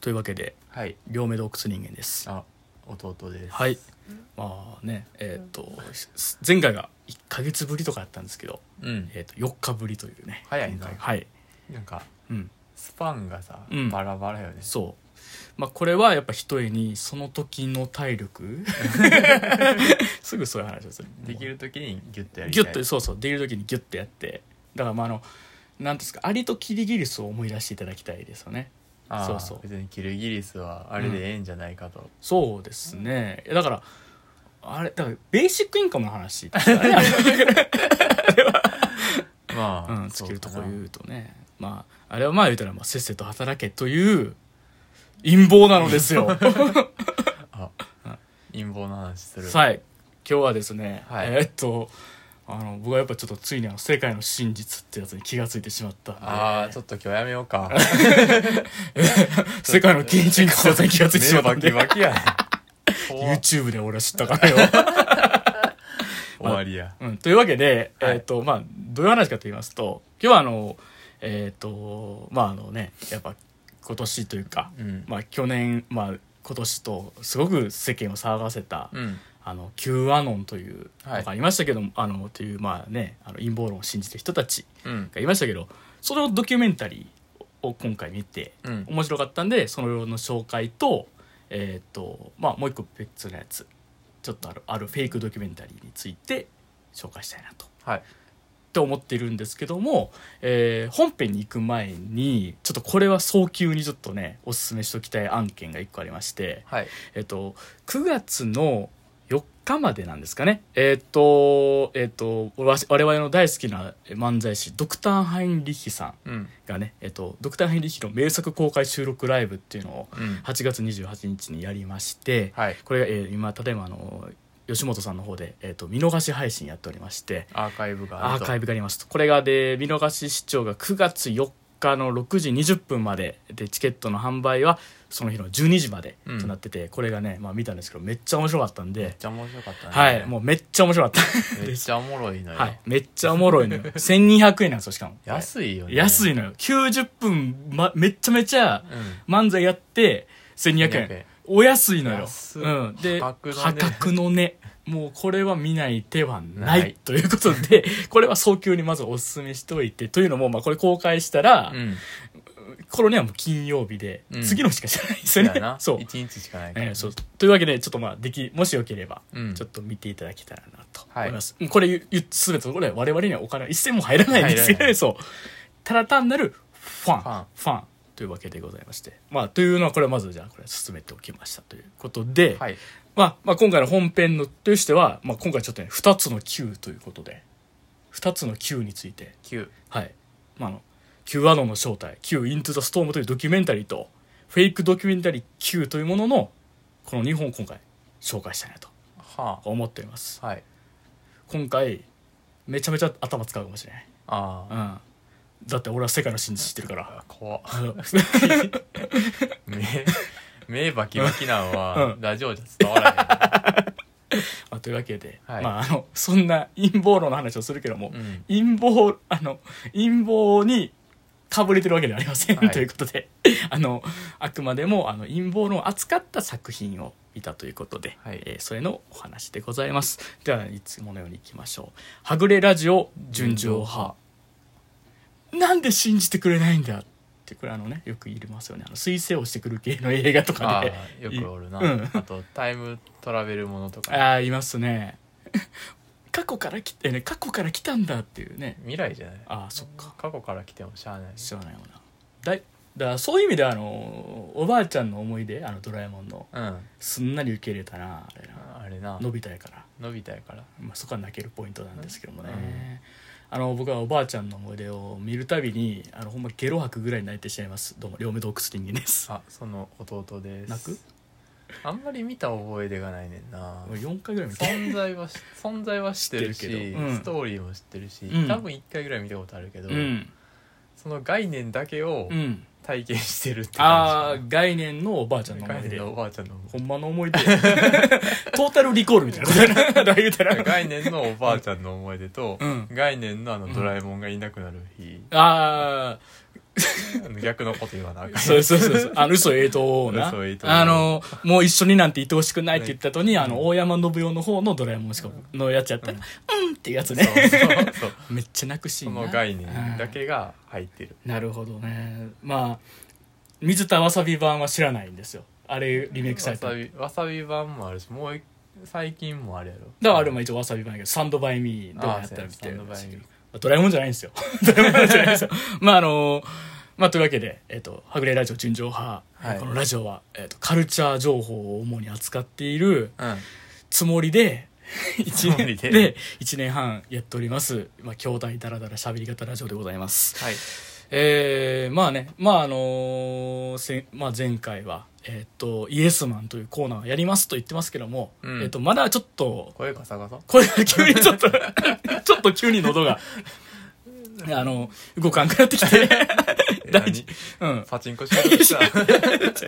というわけではい両目洞窟人間ですあ弟ですはいまあねえっ、とす前回が1ヶ月ぶりとかやったんですけど、うんえー、と4日ぶりというね早いね今回はいなんかうんスパンがさ、うんバラバラよねそうまあこれはやっぱひとえにその時の体 力すぐそういう話をするできる時にギュッとやりたギいュッとそうそうできる時にギュッとやってだからまああの何ですかアリとキリギリスを思い出していただきたいですよねあーそうそう別にキルギリスはあれでええんじゃないかと、そうですねだからあれだからベーシックインカムの話ですからねあれまあ、うん、そ尽きるうとこ言ううとねまああれはまあ言うたらまあせっせと働けという陰謀なのです よかなあ陰謀の話するはい今日はですね、はいえーっとあの僕はやっぱちょっとついにあの世界の真実ってやつに気がついてしまったんでああちょっと今日やめようか世界の金人ってやつに 気がついてしまった目バんキでバキやね 怖っ YouTube で俺は知ったからよ、終わりや うん、というわけで、はいえーっとまあどういう話かと言いますと今日はあのえーっとまああのねやっぱ今年というか、うん、まあ、去年、まあ、今年とすごく世間を騒がせた、うんあの Q アノンというはいのがありましたけども、あのという、まあね、あの陰謀論を信じてる人たちうんがいましたけどそのドキュメンタリーを今回見てうん面白かったんでそのの紹介と,、えーとまあ、もう一個別のやつちょっとあるあるフェイクドキュメンタリーについて紹介したいなと。はいって思ってるんですけども、えー本編に行く前にちょっとこれは早急にちょっとねおすすめしときたい案件が1個ありまして、はいえっと9月の4日までなんですかねえっとえっとわし我々の大好きな漫才師ドクター・ハインリッヒさんうんがね、えっと、ドクター・ハインリッヒの名作公開収録ライブっていうのをうん8月28日にやりまして、はいこれが、えー今例えばあの吉本さんの方で、えっと見逃し配信やっておりまして、アーカイブがあアるーとカイブがありますとこれがで見逃し視聴が9月4日の6時20分まででチケットの販売はその日の12時までうんとなってて、これがね、まあ、見たんですけどめっちゃ面白かったんめっで、ちゃ面白かったねはいもうめっちゃ面白かっめっちゃおもろいのよ、た、はい、めっちゃおもろいのよ1200円なんですよしかも安いよね安い、いのよ90分、ま、めっちゃめちゃうん、漫才やって1200円1200円お安いのよ、安いうん、で破格のね破格のねもうこれは見ない手はないないということで これは早急にまずおすすめしておいてというのも、まあ、これ公開したら、うんこれにはもう金曜日で、うん次の日しか知らないですそうよやねなそう,、一日しかないから、えーそうというわけでちょっとまあできもしよければ、うんちょっと見ていただけたらなとはい思います、これゆゆ全てこれ我々にはお金は一銭も入らないんですよ入らなねいそうただ単なるファンファンファンというわけでございましてまあというのはこれはまずじゃあこれ進めておきましたということで、はいまあ、まあ今回の本編のとしては、まあ、今回ちょっとね2つの Q ということで2つの Q について9はい、まあ、あの Q アノンの正体 Q イントゥザストームというドキュメンタリーとフェイクドキュメンタリー Q というもののこの2本を今回紹介したいなとは思っていますあはい今回めちゃめちゃ頭使うかもしれない、あうあん、だって俺は世界の真実知ってるから 怖っあの目目バキバキなんは、うんラジオじゃ伝わらまあというわけで、はいまあ、あのそんな陰謀論の話をするけども、へ ん、う陰ん、謀あの陰謀にかぶれてるわけではありません、はいということで あのあくまでもあの陰謀論を扱った作品を見たということで、はいえーそれのお話でございますではいつものようにいきましょう「はぐれラジオ純情派」なんで信じてくれないんだってこれあのねよく言いますよねあの彗星をしてくる系の映画とかあであよくおるな、うんあとタイムトラベルものとかああいますね 過去から来てね過去から来たんだっていうね未来じゃないああそっか過去から来てもしゃあない知らないよなだいだからそういう意味ではあのおばあちゃんの思い出あのドラえもんのうんすんなり受け入れたなあれなあれな伸びたやから、伸びたやからまあ、そこは泣けるポイントなんですけどもね、うんあの僕はおばあちゃんの思い出を見るたびにあのほんまゲロ吐くぐらい泣いてしまいますどうも両目洞窟人間ですあその弟です泣くあんまり見た覚え出がないねんな俺4回ぐらい見て存在はし 存在は知ってる知しってるけどうんストーリーも知ってるし、うん多分1回ぐらい見たことあるけど、うんその概念だけをうん体験してるってああ感じ概念のおばあちゃんの思概い念出のおほばあちゃん のんまの思い出トータルリコールみたいなこと やなだから言うたら概念のおばあちゃんの思い出と、うん概念のあのドラえもんがいなくなる日、ああ逆のこと言わなあか んそうそうそうそう。あの、嘘ええとな。嘘ええとあの、もう一緒になんて言ってほしくないって言った後に、あの、大山信代の方のドラえもんしか、のやつやったら、うんっていうやつね。そうそう めっちゃ泣くシーそンなの概念だけが入ってるなるほどねまあ水田わさび版は知らないんですよあれリメイクされたわださかびわさび版もあるしもう一最近もあるやろらあれも一応わさび版やけど「サンドバイミー」どうやったら見てるああそうやサンドバイミドラえもんじゃないん ですよドラえもんじゃないんですよまああのまあというわけで、えっとはぐれラジオ純情派、はいこのラジオは、えっとカルチャー情報を主に扱っているうんつもりで つ1も年りでで1年半やっております、まあ、兄弟だらだらしゃべり方ラジオでございますはいえーまあね、まああのーせまあ、前回は、えーっと「イエスマン」というコーナーをやりますと言ってますけども、うんえーっとまだちょっと声ガサガサこれが急にちょっとちょっと急に喉があの動かんくなってきて大事うんパチンコしようとし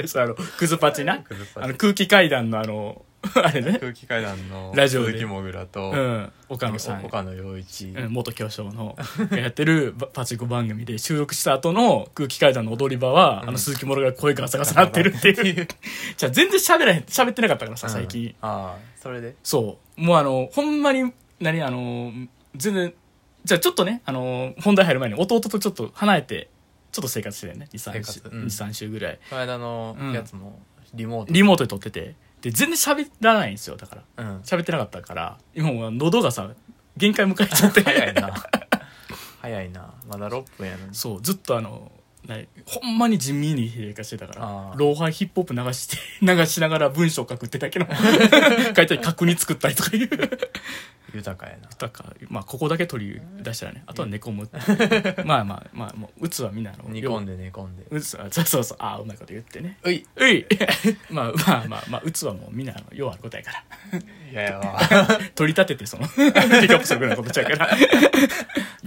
たそうあのクズパチなクズパチあの空気階段のあのあれね、空気階段のラジオで鈴木もぐらとうん、岡野さん岡野陽一うん元巨匠のがやってるばパチンコ番組で収録した後の空気階段の踊り場は、あの鈴木もろが声ガサガサなってるっていうじゃあ全然喋らへん喋ってなかったからさ最近、うんああそれでそうもうあのほんまに何あの全然じゃあちょっとねあの本題入る前に弟とちょっと離れてちょっと生活してたよね23生週活,、 2うん3週ぐらいこの間のうんやつもリモートリモートで撮っててで全然喋らないんですよだからうん喋ってなかったから今もう喉がさ限界迎えちゃって 早いな早いなまだ6分やのにそうずっとあのなほんまに地味に比例化してたからあーローハイヒップホップ流して流しながら文章書くってだ けの書いたり角に作ったりとかいう豊かやなだからまあここだけ取り出したらねあとは寝込むっていう まあまあまあもううつはみんなあの煮込んで寝込んでうつはそうそうそうああうまいこと言ってねういうい まあまあまあまあうつはもうみんなあのようあることやからいやいやわ取り立ててその 理科不足なことちゃうから よ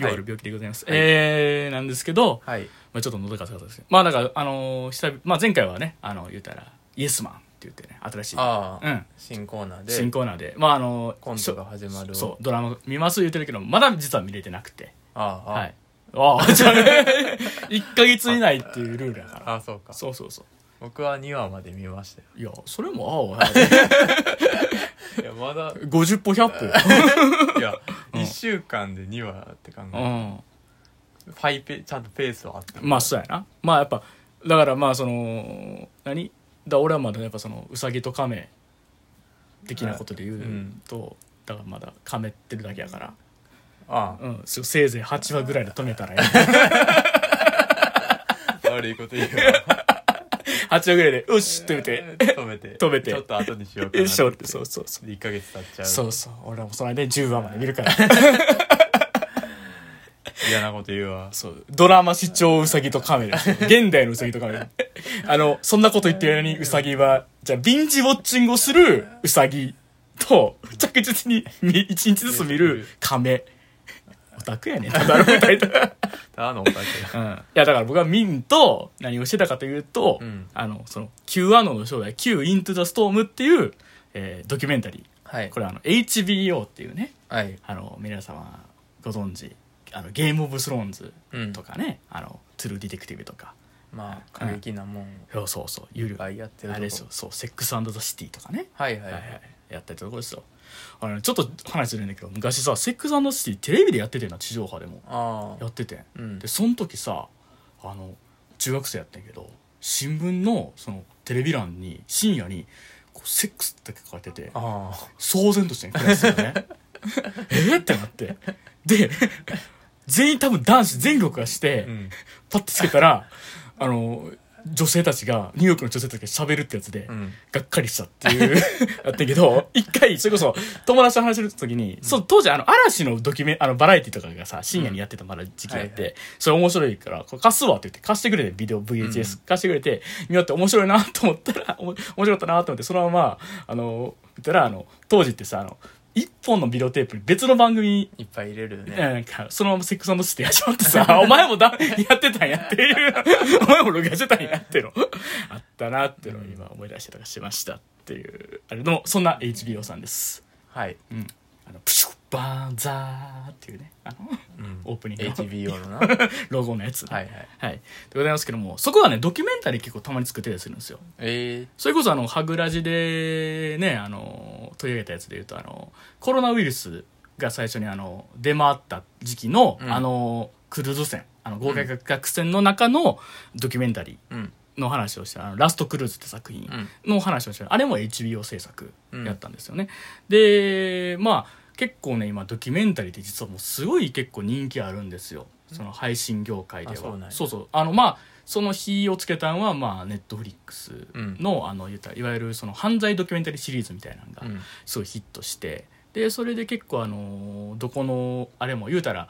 うある病気でございます、はいえー、なんですけど、 はいまあ、ちょっと喉が痛かったですけどまあだから、あのー久々まあ、前回はねあの言うたら「イエスマン」って言ってね新しい、あうあん、新コーナーで新コーナーで、まああのーコントが始まるそうドラマ見ます言ってるけどまだ実は見れてなくてああああ、はいああじゃあ1 ヶ月以内っていうルールだからああそうかそうそうそ僕は2話まで見ましたよういやそれもあああいやまだ50歩100い や1週間で2話って考歩えうんハイペちゃんとペースはあったまあそうやなまあやっぱだからまあその何だ俺はまだやっぱそのウサギとカメ的なことで言うと、だからまだカメってるだけやから、あうん、そうせいぜい8話ぐらいで止めたらいい あ悪いこと言うわ8話ぐらいで「よし!」って言って止めて止めてちょっと後にしよう「かなよし!」ってそうそうそう1ヶ月経っちゃうそうそう俺はもうその間に10話まで見るから嫌なこと言うわそうドラマ視聴ウサギとカメですよ現代のウサギとカメあのそんなこと言ってる間にウサギはじゃあビンジウォッチングをするウサギと着実に1日ずつ見るカメオタクやねんただのみたいなあのおかげうんいやだから僕はミンと何をしてたかというと、うんあのその Q アノの将来 Q イントゥザストームっていう、えードキュメンタリはーいこれはあの HBO っていうねはいあの皆様ご存知あのゲームオブスローンズうんとかね、あのトゥルーディテクティブとかまあ過激なもんいそうそうそう有っ料ぱあいやってるとこれですよそうセックスザシティとかね、はいはいははいはいいやったりとこですよあのねちょっと話するんだけど昔さセックスザシティテレビでやっててんな地上波でもあやあっててんうんでその時さあの中学生やってんけど新聞のそのテレビ欄に深夜にこうセックスって書いててああ騒然としてんクラスよ ねえっってなってで全員多分男子全力がして、うんパッてつけたらあの女性たちがニューヨークの女性たちが喋るってやつで、うんがっかりしたっていう あったけど一回それこそ友達と話してる時に、その当時あの嵐のドキュメあのバラエティとかがさ深夜にやってたまだ時期があって、はいはそれ面白いからこれ貸すわって言って貸してくれてビデオ VHS、貸してくれて見よって面白いなと思ったら おも面白かったなと思ってそのままあの言ったらあの当時ってさあの一本のビデオテープに別の番組いっぱい入れるよいねやなんか、そのままセックスシティ始まって さ、お前もだ、やってたんやっていう、お前も録画してたんやっての、 あったなってのを今思い出してたかしましたっていう、あれの、そんな HBO さんです。はいうん。あの、プシュッバーンザーっていうねあのうんオープニングの HBO のなはロゴのやつ、いはいはい、でございますけどもそこはねドキュメンタリー結構たまに作ってたりするんですよえそれこそあのハグラジでねあの取り上げたやつで言うとあのコロナウイルスが最初にあの出回った時期の、うんあのクルーズ船あの豪華客船の中のドキュメンタリー、うんーの話をしたあのラストクルーズって作品うんの話をしてあれも HBO 制作やったんですよね、でまあ結構ね今ドキュメンタリーって実はもうすごい結構人気あるんですよその配信業界ではあそうなんやそうそうあのまあその日をつけたんはまあネットフリックスの,、あの言ったらいわゆるその犯罪ドキュメンタリーシリーズみたいなのがうんすごいヒットしてでそれで結構あのどこのあれも言うたら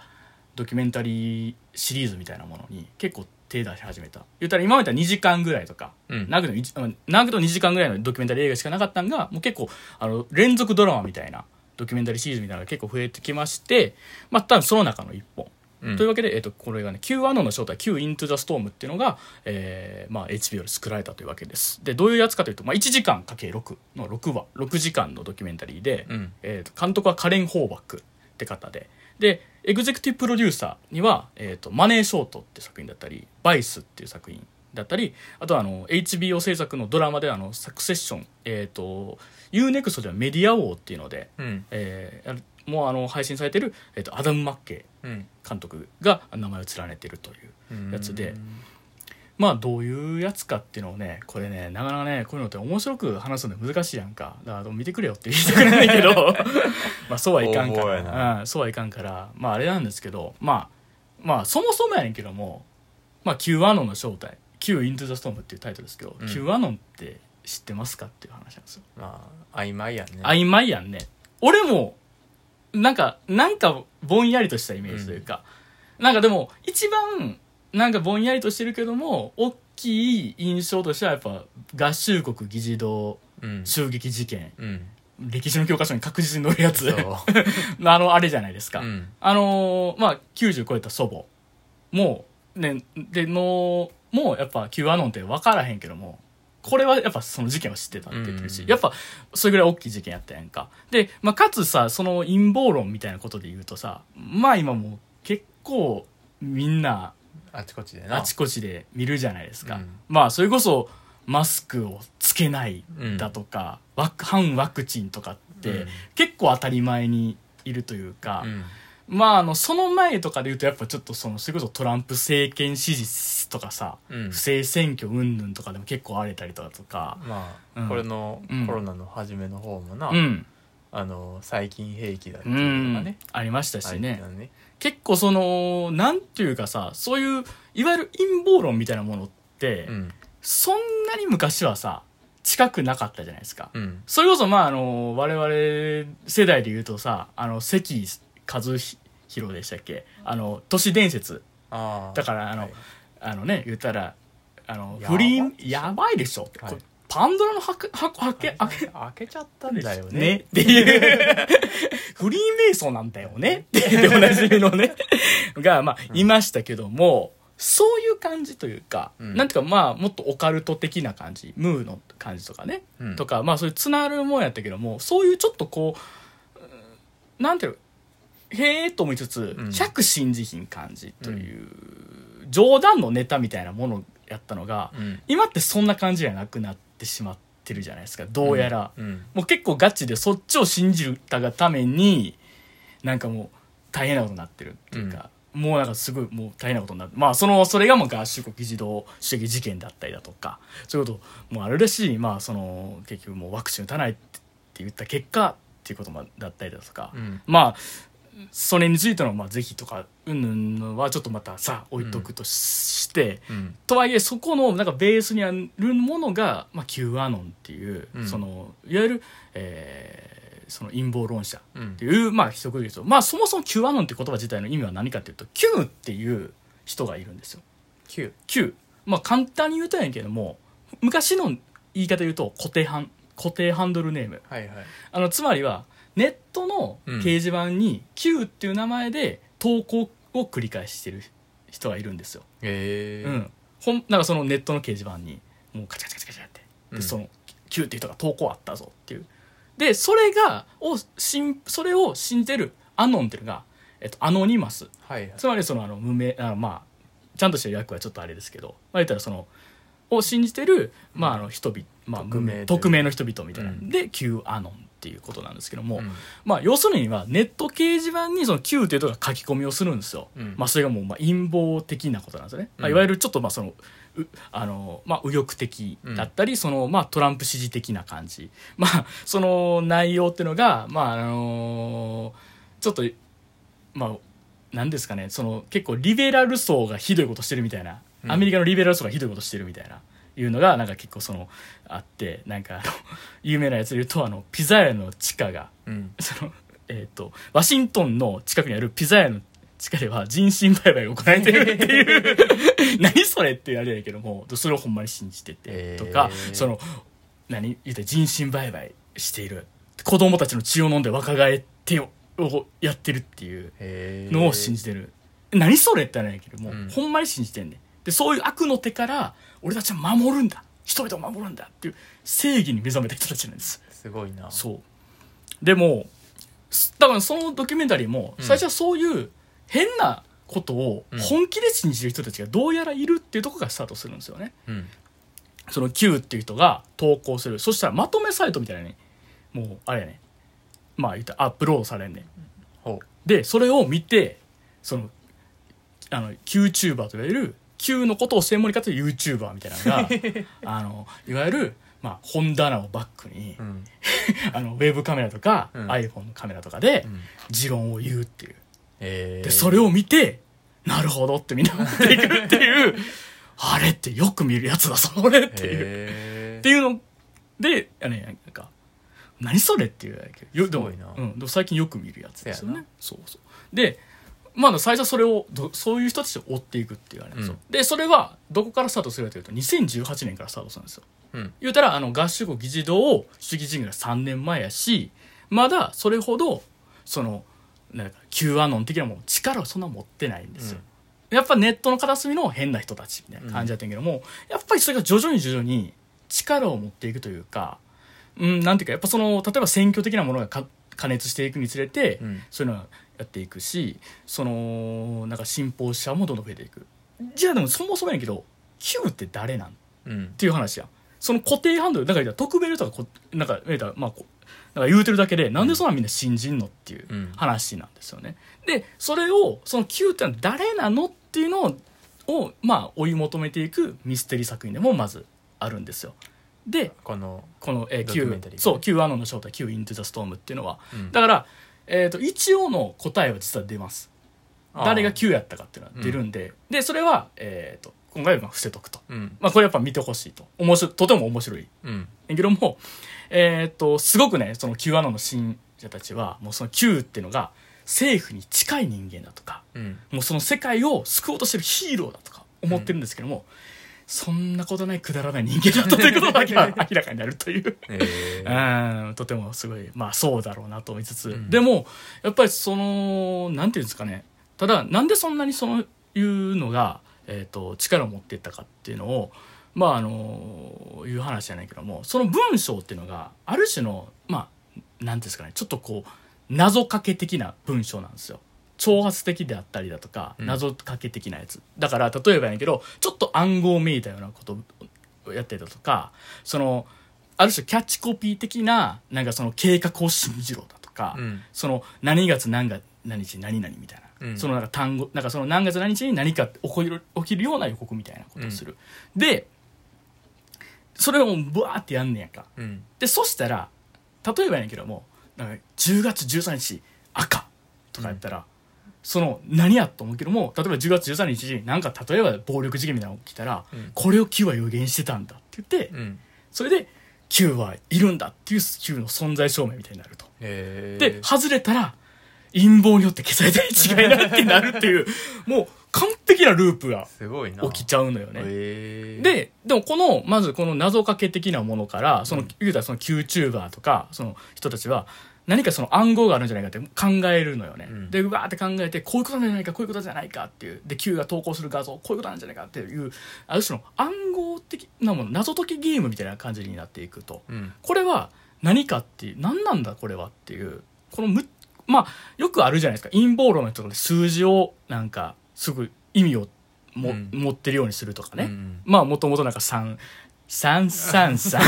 ドキュメンタリーシリーズみたいなものに結構手出し始めた言うたら今までは2時間ぐらいとか、うん長くても一うん長くと2時間ぐらいのドキュメンタリー映画しかなかったんがもう結構あの連続ドラマみたいなドキュメンタリーシリーズみたいなのが結構増えてきましてまあ多分その中の一本、うんというわけで、えっとこれがね Q アノンの正体 Q into the storm っていうのが、えーまあ、HBO で作られたというわけですでどういうやつかというと、まあ、1時間 ×6 の6話6時間のドキュメンタリーで、うんえーと監督はカレン・ホーバックって方ででエグゼクティブプロデューサーには「えー、とマネーショート」って作品だったり「バイス」っていう作品だったりあとはあの HBO 制作のドラマであの「サクセッション」えーと UNEXT では「メディア王」っていうので、うんえーもうあの配信されてる、えー、とアダム・マッケイうん監督が名前を連ねてるといううんやつでまあどういうやつかっていうのをねこれねなかなかねこういうのって面白く話すの難しいやんかだから見てくれよって言いたくないけ どまあそうはいかんかおーらやなうん、そうはいかんからまああれなんですけどまあまあそもそもやねんけども、まあ、Q アノンの正体 Q イントゥザストームっていうタイトルですけど、うん Q アノンって知ってますかっていう話なんですよまあ曖昧やね曖昧やんね俺もなんかなんかぼんやりとしたイメージというか、なんかでも一番なんかぼんやりとしてるけども大きい印象としてはやっぱ合衆国議事堂うん襲撃事件うん歴史の教科書に確実に載るやつそう あのあれじゃないですか、うんあのーまあ90超えた祖母もうねでのもうやっぱ Q アノンって分からへんけどもこれはやっぱその事件を知ってたって言ってるし、うんやっぱそれぐらい大きい事件やったやんかで、まあ、かつさその陰謀論みたいなことで言うとさまあ今もう結構みんなあちこちでなあちこちで見るじゃないですか、うんまあそれこそマスクをつけないうんだとか、ワク反ワクチンとかって、うん結構当たり前にいるというか、うんまああのその前とかで言うとやっぱちょっとそのそれこそトランプ政権支持とかさ、うん不正選挙云々とかでも結構荒れたりとかとかまあ、うんこれのうんコロナの初めの方もな、うん、あの細菌兵器だってういうんのがね、ありましたしねあれだね結構そのなんていうかさそういういわゆる陰謀論みたいなものって、うんそんなに昔はさ近くなかったじゃないですか、うんそれこそまああの我々世代で言うとさあの関和弘でしたっけあの都市伝説ああだからあの、はいあのね言ったらあのやば不倫やばいでしょ、はいこれパンドラの箱箱開け開開け開けちゃったんだよけねねっていうフリーメイソンなんだよねってでおなじみのねがまあいましたけども、そういう感じというか、うんなんていうかまあもっとオカルト的な感じムーの感じとかね、うんとかまあそういうつながるもんやったけどもそういうちょっとこううんなんていうのへえと思いつつ、うん100信じひん感じという、冗談のネタみたいなものやったのが、うん今ってそんな感じじゃなくなってしまってるじゃないですかどうやら、うんもう結構ガチでそっちを信じたがためになんかもう大変なことになってるっていうか、もうなんかすごいもう大変なことになってまあそのそれがもう合衆国児童主義事件だったりだとかそういうこともあるらしいまあその結局もうワクチン打たないって言った結果っていうこともだったりだとか、うんまあそれについてのまあ是非とかうんぬんのはちょっとまたさ置いとくとしして、うんとはいえそこのなんかベースにあるものが、まあ、Q アノンっていう、うんそのいわゆる、えーその陰謀論者うっんていう、まあ、一言で言うと、まあ、そもそも Q アノンって言葉自体の意味は何かっていうと Q っていう人がいるんですよ。九 Q、まあ、簡単に言うとやんけども昔の言い方で言うと固定ハン固定ハンドルネームはいはいあのつまりはネットの掲示板に Q っていう名前で投稿を繰り返してる人がいるんですよ。えうえん、ほんなんかそのネットの掲示板にもうカチャカチャカチャカチャって、うでんその Q っていう人が投稿あったぞっていうでそれがをしんそれを信じてるアノンっていうのが、えっと、アノニマスはいはいつまりそのあの無名あのまあちゃんとしてる役はちょっとあれですけど、まあ、言ったらそのを信じてる、まあ、あの人々、まあ、匿無名名で匿名の人々みたいな、うんで Q アノンっていうことなんですけども、うんまあ、要するにはネット掲示板にその Q というとこが書き込みをするんですよ、うんまあ、それがもうまあ陰謀的なことなんですよね、まうあ、んいわゆるちょっとまあそのうあの、まあ、右翼的だったり、そのまあ、トランプ支持的な感じ、 まあ、その内容っていうのが、まああのちょっとまあなんですかねその結構リベラル層がひどいことしてるみたいな、うんアメリカのリベラル層がひどいことしてるみたいないうのがなんか結構そのあってなんかあの有名なやつで言うとあのピザ屋の地下がうんそのえっ、とワシントンの近くにあるピザ屋の地下では人身売買が行われてるって いう何それってあれやけどもそれをほんまに信じててへとーか、その何言って人身売買している子供たちの血を飲んで若返ってををやってるっていうへのを信じてる、何それってあれやけども、うんほんまに信じてんねんでそういう悪の手から俺たちは守るんだ人々を守るんだっていう正義に目覚めた人たちなんですすごいなそうでもすだからそのドキュメンタリーもうん最初はそういう変なことをうん本気で信じる人たちがどうやらいるっていうところがスタートするんですよねうんその Q っていう人が投稿するそしたらまとめサイトみたいなのにもうあれやねまあ言ったらアップロードされんねんほでそれを見てそのあの QTuber といわれる Q のことを専門に語る YouTuber みたいなのが あのいわゆる、まあ、本棚をバックにううんあのウェブカメラとか、うん iPhone のカメラとかでうん持論を言うっていうへえでそれを見てなるほどってみんな思っていくって いうあれってよく見るやつだそれっていうっへえていうのであれなんか何それっていうだけどよでもすごいなうん、でも最近よく見るやつですよせやねなそうそうでまあ最初はそれをどそういう人たちを追っていくっていうあれなんですよ、でそれはどこからスタートするかというと2018年からスタートするんですようん言うたらあの合衆国議事堂を主義人が3年前やしまだそれほどそのなんか Q アノン的なもん力をそんな持ってないんですよ、やっぱネットの片隅の変な人たちみたいな感じだったんやけども、やっぱりそれが徐々に徐々に力を持っていくというか、うん、なんていうかやっぱその例えば選挙的なものがか加熱していくにつれて、うんそういうのはやっていくしそのなんか信奉者もどんどん増えていくじゃあでもそもそもやけど Q って誰なんうんっていう話やその固定ハンドルだから言ったら匿名の人がこなんか言うたらまあこなんか言うてるだけでなんでそんなみんな信じんのっていううん話なんですよねでそれをその Q ってのは誰なのっていうのををまあ追い求めていくミステリー作品でもまずあるんですよでこのこの、えードキュメンタ Q リーそう Q アノンの正体 Q イントゥザストームっていうのはうんだから、えー、と一応の答えは実は出ますあー誰が Q やったかっていうのは出るんで、でそれは、えー、と今回はまあ伏せとくとうんまあ、これやっぱ見てほしいと面白いとても面白いうんだけども、えーっとすごくねその Q アノンの信者たちはもうその Q っていうのが政府に近い人間だとかうんもうその世界を救おうとしてるヒーローだとか思ってるんですけども、そんなことないくだらない人間だったということが明ら明らかになるという。へえうんとてもすごいまあそうだろうなと思いつつ、んでもやっぱりそのなんていうんですかねただなんでそんなにそのいうのが、えー、と力を持っていったかっていうのをまああのいう話じゃないけどもその文章っていうのがある種のまあなんていうんですかねちょっとこう謎かけ的な文章なんですよ。挑発的であったりだとかうん謎かけ的なやつ、だから例えばやけどちょっと暗号めいたようなことをやってたとかそのある種キャッチコピー的ななんかその計画を信じろだとか、うんその何月何が何日何々みたいな、うんそのなんか単語なんかその何月何日に何か起こる起きるような予告みたいなことをする、でそれをブワーってやんねやんかうんでそしたら例えばやねんけどもなんか10月13日赤とかやったら、その何やと思うけども例えば10月13日になんか例えば暴力事件みたいなのが起きたら、うんこれを Q は予言してたんだって言って、うんそれで Q はいるんだっていう Q の存在証明みたいになると。へえで、外れたら陰謀によって消されたに違いないってなるって いう、もう完璧なループがすごいな起きちゃうのよね。へえで、でもこの、まずこの謎かけ的なものから、その、うん言うたらその QTuber とか、その人たちは、何かその暗号があるんじゃないかって考えるのよね。うんで、うわーって考えて、こういうことなんじゃないか、こういうことじゃないかっていう。で、Q が投稿する画像、こういうことなんじゃないかっていう、ある種の暗号的なもの、謎解きゲームみたいな感じになっていくと。うんこれは何かっていう何なんだこれはっていうこのむまあよくあるじゃないですか陰謀論の人とかで数字をなんかすぐ意味をも、うん持ってるようにするとかね、うんまあもともとなんか3 333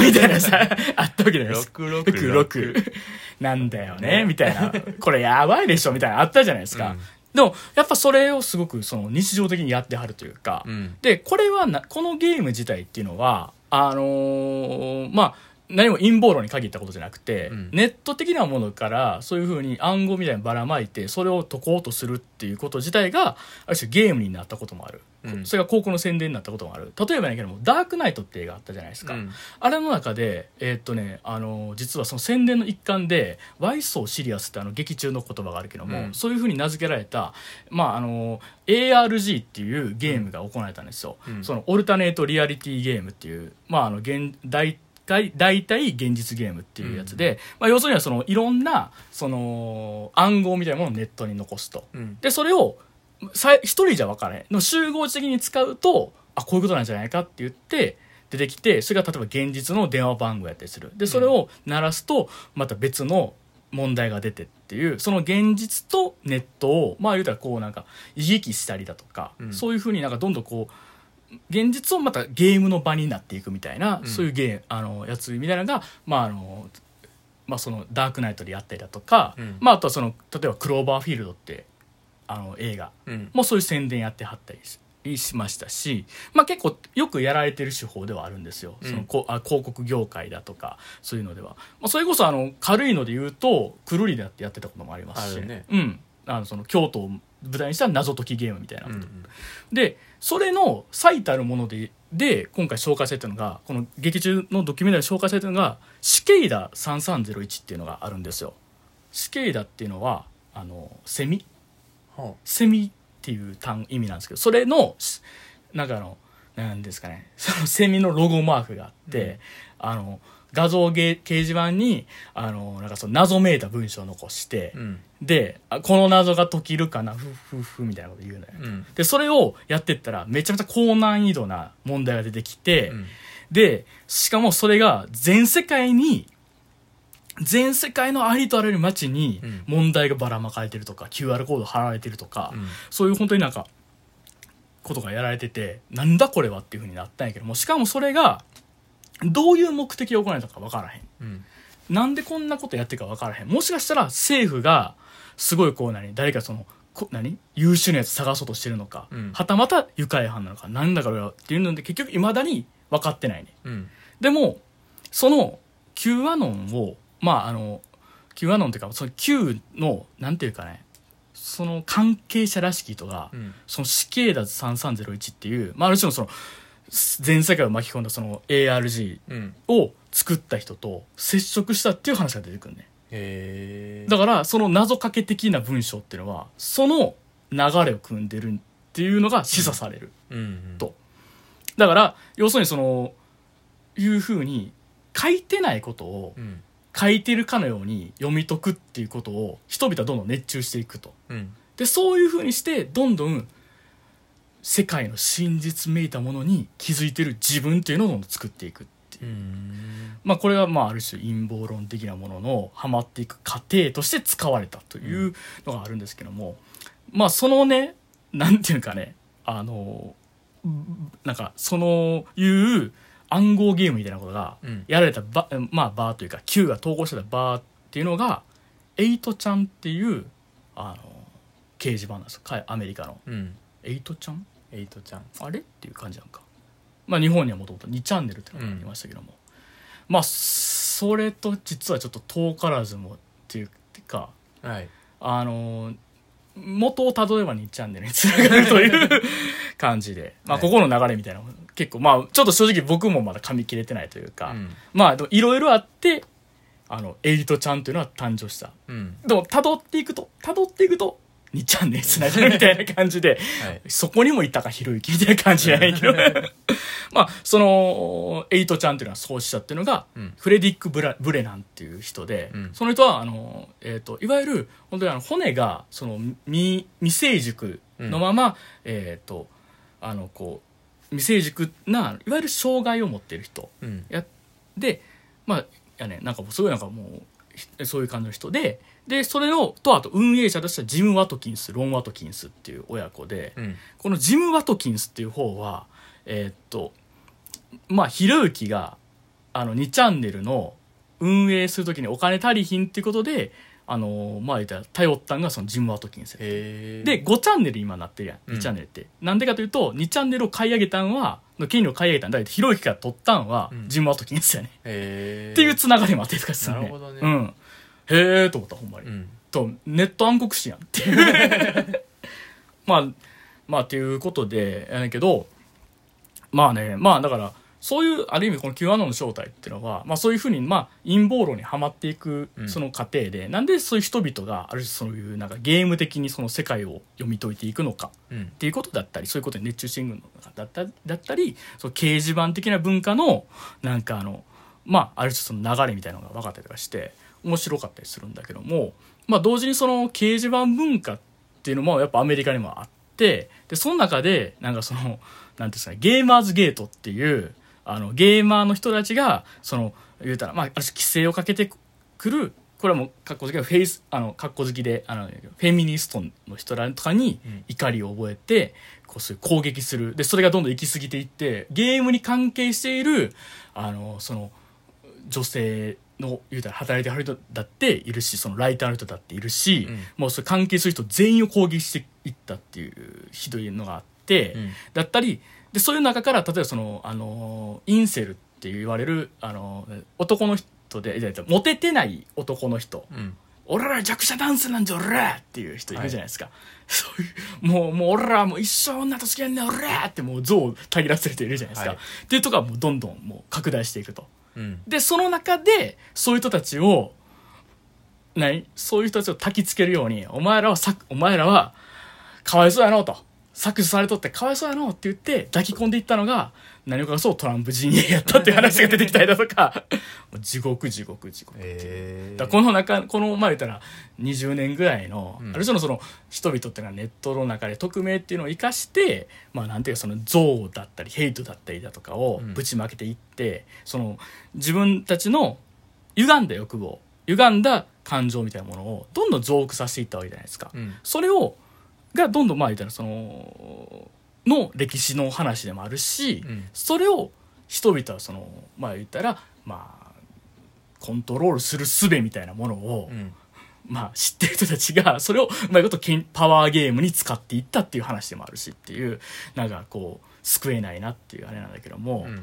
みたいなさ あったわけじゃないですか666 66なんだよねみたいなこれやばいでしょみたいなのあったじゃないですか、うんでもやっぱそれをすごくその日常的にやってはるというか、うんでこれはなこのゲーム自体っていうのはあのーまあ何も陰謀論に限ったことじゃなくて、うんネット的なものからそういうふうに暗号みたいにばらまいてそれを解こうとするっていうこと自体がある種ゲームになったこともある、うんそれが高校の宣伝になったこともある例えばやけども「ダークナイト」って映画あったじゃないですか、うんあれの中でえーっとねあのー実はその宣伝の一環で「Why so serious」ってあの劇中の言葉があるけども、うんそういうふうに名付けられた、まあ、あの ARG っていうゲームが行われたんですよ、うんそのオルタネートリアリティゲームっていう、まあ、あの現大体大体現実ゲームっていうやつで、まあ、要するにはそのいろんなその暗号みたいなものをネットに残すとうんでそれをさ一人じゃ分からないの集合的に使うとあこういうことなんじゃないかって言って出てきてそれが例えば現実の電話番号やったりするでそれを鳴らすとまた別の問題が出てっていうその現実とネットをまあ言うたらこうなんか行き来したりだとか、うんそういうふうになんかどんどんこう現実をまたゲームの場になっていくみたいな、うんそういうゲームあのやつみたいなのが、まああのまあ、そのダークナイトでやったりだとか、うんまあ、あとはその例えば「クローバーフィールド」ってあの映画うんもうそういう宣伝やってはったりししましたし、まあ、結構よくやられてる手法ではあるんですよ、うんそのこあ広告業界だとかそういうのでは、まあ、それこそあの軽いので言うとくるりでやってやってたこともありますしあるねうん、あのその京都を舞台にした謎解きゲームみたいなうこと、んでそれの最たるものでで今回紹介されたのがこの劇中のドキュメンタリーで紹介されたのが「シケイダ3301」っていうのがあるんですよ。シケイダっていうのはあのセミほセミっていう単意味なんですけどそれのしなんかあのなんですかねそのセミのロゴマークがあって、あの画像ゲ掲示板にあのなんかその謎めいた文章を残してう、うんであこの謎が解きるかなふふふみたいなこと言うのよ、うんでそれをやってったらめちゃめちゃ高難易度な問題が出てきて、うんでしかもそれが全世界に全世界のありとあらゆる街にうん問題がばらまかれてるとか、QR コード貼られてるとか、そういう本当になんかことがやられててなんだこれはっていうふうになったんやけどもしかもそれがどういう目的で行われたのか分からへんうんなんでこんなことやってるか分からへんもしかしたら政府がすごいこう何誰かそのこ何優秀なやつ探そうとしてるのか、うんはたまた愉快犯なのか何だかっていうので結局いまだに分かってないねうんでもその Q アノンをまああの Q アノンというかその Q のなんていうかねその関係者らしき人が、うんその死刑だ3301っていう、まあ、ある種のその全世界を巻き込んだその ARG うんを作った人と接触したっていう話が出てくるねへえだからその謎かけ的な文章っていうのはその流れを組んでるっていうのが示唆される、うんとだから要するにそのいうふうに書いてないことをうん書いてるかのように読み解くっていうことを人々はどんどん熱中していくとうんでそういうふうにしてどんどん世界の真実めいたものに気づいてる自分っていうのをどんどん作っていくっていう、うんまあ、これがまあある種陰謀論的なもののハマっていく過程として使われたというのがあるんですけども、まあそのねなんていうかねあのうんなんかそのいう暗号ゲームみたいなことがうんやられたバ,、まあ、バーというか Q が統合してたバーっていうのが8ちゃんっていうあの掲示板なんですよかアメリカのうん8ちゃんエイトちゃんあれっていう感じなんか、まあ、日本にはもともと2チャンネルっていうのがありましたけども、まあそれと実はちょっと遠からずもっていうかはいあの元をたどれば2チャンネルにつながるという感じで、まあ、はいここの流れみたいなのも結構まあちょっと正直僕もまだ噛み切れてないというか、うんまあでもいろいろあってあのエイトちゃんというのは誕生したうんでも辿っていくと辿っていくと2チャンネルにつながるみたいな感じではいそこにもいたかひろゆきみたいな感じじゃないけどまあそのエイトちゃんっていうのは創始者っていうのが、うんフレディック・ブラブレナンっていう人で、うんその人はあの、えー、といわゆる本当にあの骨がその未未成熟のまま、えっ、とあのこう未成熟ないわゆる障害を持っている人うんやでまあいやねなんかもうすごいなんかもうひそういう感じの人ででそれのとあと運営者としてはジム・ワトキンスロン・ワトキンスっていう親子で、うんこのジム・ワトキンスっていう方はえーっとまあひろゆきがあの2チャンネルの運営するときにお金足りひんっていうことであのまあ言ったら頼ったんがそのジム・ワトキンスやへえで5チャンネル今なってるやんうん2チャンネルって、なんでかというと2チャンネルを買い上げたんはの権利を買い上げたんだけどひろゆきが取ったんはうんジム・ワトキンスやね、へえっていうつながりもあってとかするねなるほどねうん、へえと思ったほんまに、うんとネット暗黒視やんっていう まあまあっていうことでやねんけどまあねまあだからそういうある意味この Q アノンの正体っていうのは、まあ、そういうふうに、まあ、陰謀論にはまっていくうんその過程で、なんでそういう人々がある種そういうなんかゲーム的にその世界を読み解いていくのかうんっていうことだったりそういうことに熱中していくのかだっただったりその掲示板的な文化のなんかあのまあある種その流れみたいなのが分かったりとかして面白かったりするんだけども、まあ、同時にその掲示板文化っていうのもやっぱアメリカにもあってでその中でなんかそのなんていうんですかねゲーマーズゲートっていうあのゲーマーの人たちがその言うたら、まあ、ある種規制をかけてくるこれはもう格好好きなフェイスあの格好好きであのフェミニストの人らとかにうん怒りを覚えてこうそういう攻撃するでそれがどんどん行き過ぎていってゲームに関係しているあのその女性の言うたら働いてはる人だっているしそのライターの人だっているし、うんもうそれ関係する人全員を攻撃していったっていうひどいのがあって、うんだったりでそういう中から例えばそのあのインセルって言われるあの男の人でいやいやモテてない男の人うん俺ら弱者男性なんじゃ俺らっていう人いるじゃないですか、そういうもうもう俺らはもう一生女と付き合いねん俺らってもう像をたぎらせているじゃないですか、はいっていうとこはもうどんどんもう拡大していくとうんでその中でそういう人たちを何そういう人たちを焚きつけるようにお前らはさお前らはかわいそうやのと搾取されとってかわいそうやのって言って抱き込んでいったのが何をかそうトランプ陣営やったっていう話が出てきたりだとか もう地獄地獄地獄へえだからこの中このまあ言ったら20年ぐらいの、うんある種のその人々っていうのはネットの中で匿名っていうのを生かしてまあなんていうかその憎悪だったりヘイトだったりだとかをうんぶちまけていって、その自分たちの歪んだ欲望歪んだ感情みたいなものをどんどん増幅させていったわけじゃないですか。うんそれをがどんどんまあ言ったらそのの歴史の話でもあるし、うんそれを人々はそのまあ言ったらまあコントロールする術みたいなものを、うんまあ知ってる人たちがそれをうまいことけんパワーゲームに使っていったっていう話でもあるしっていうなんかこう救えないなっていうあれなんだけども、うんう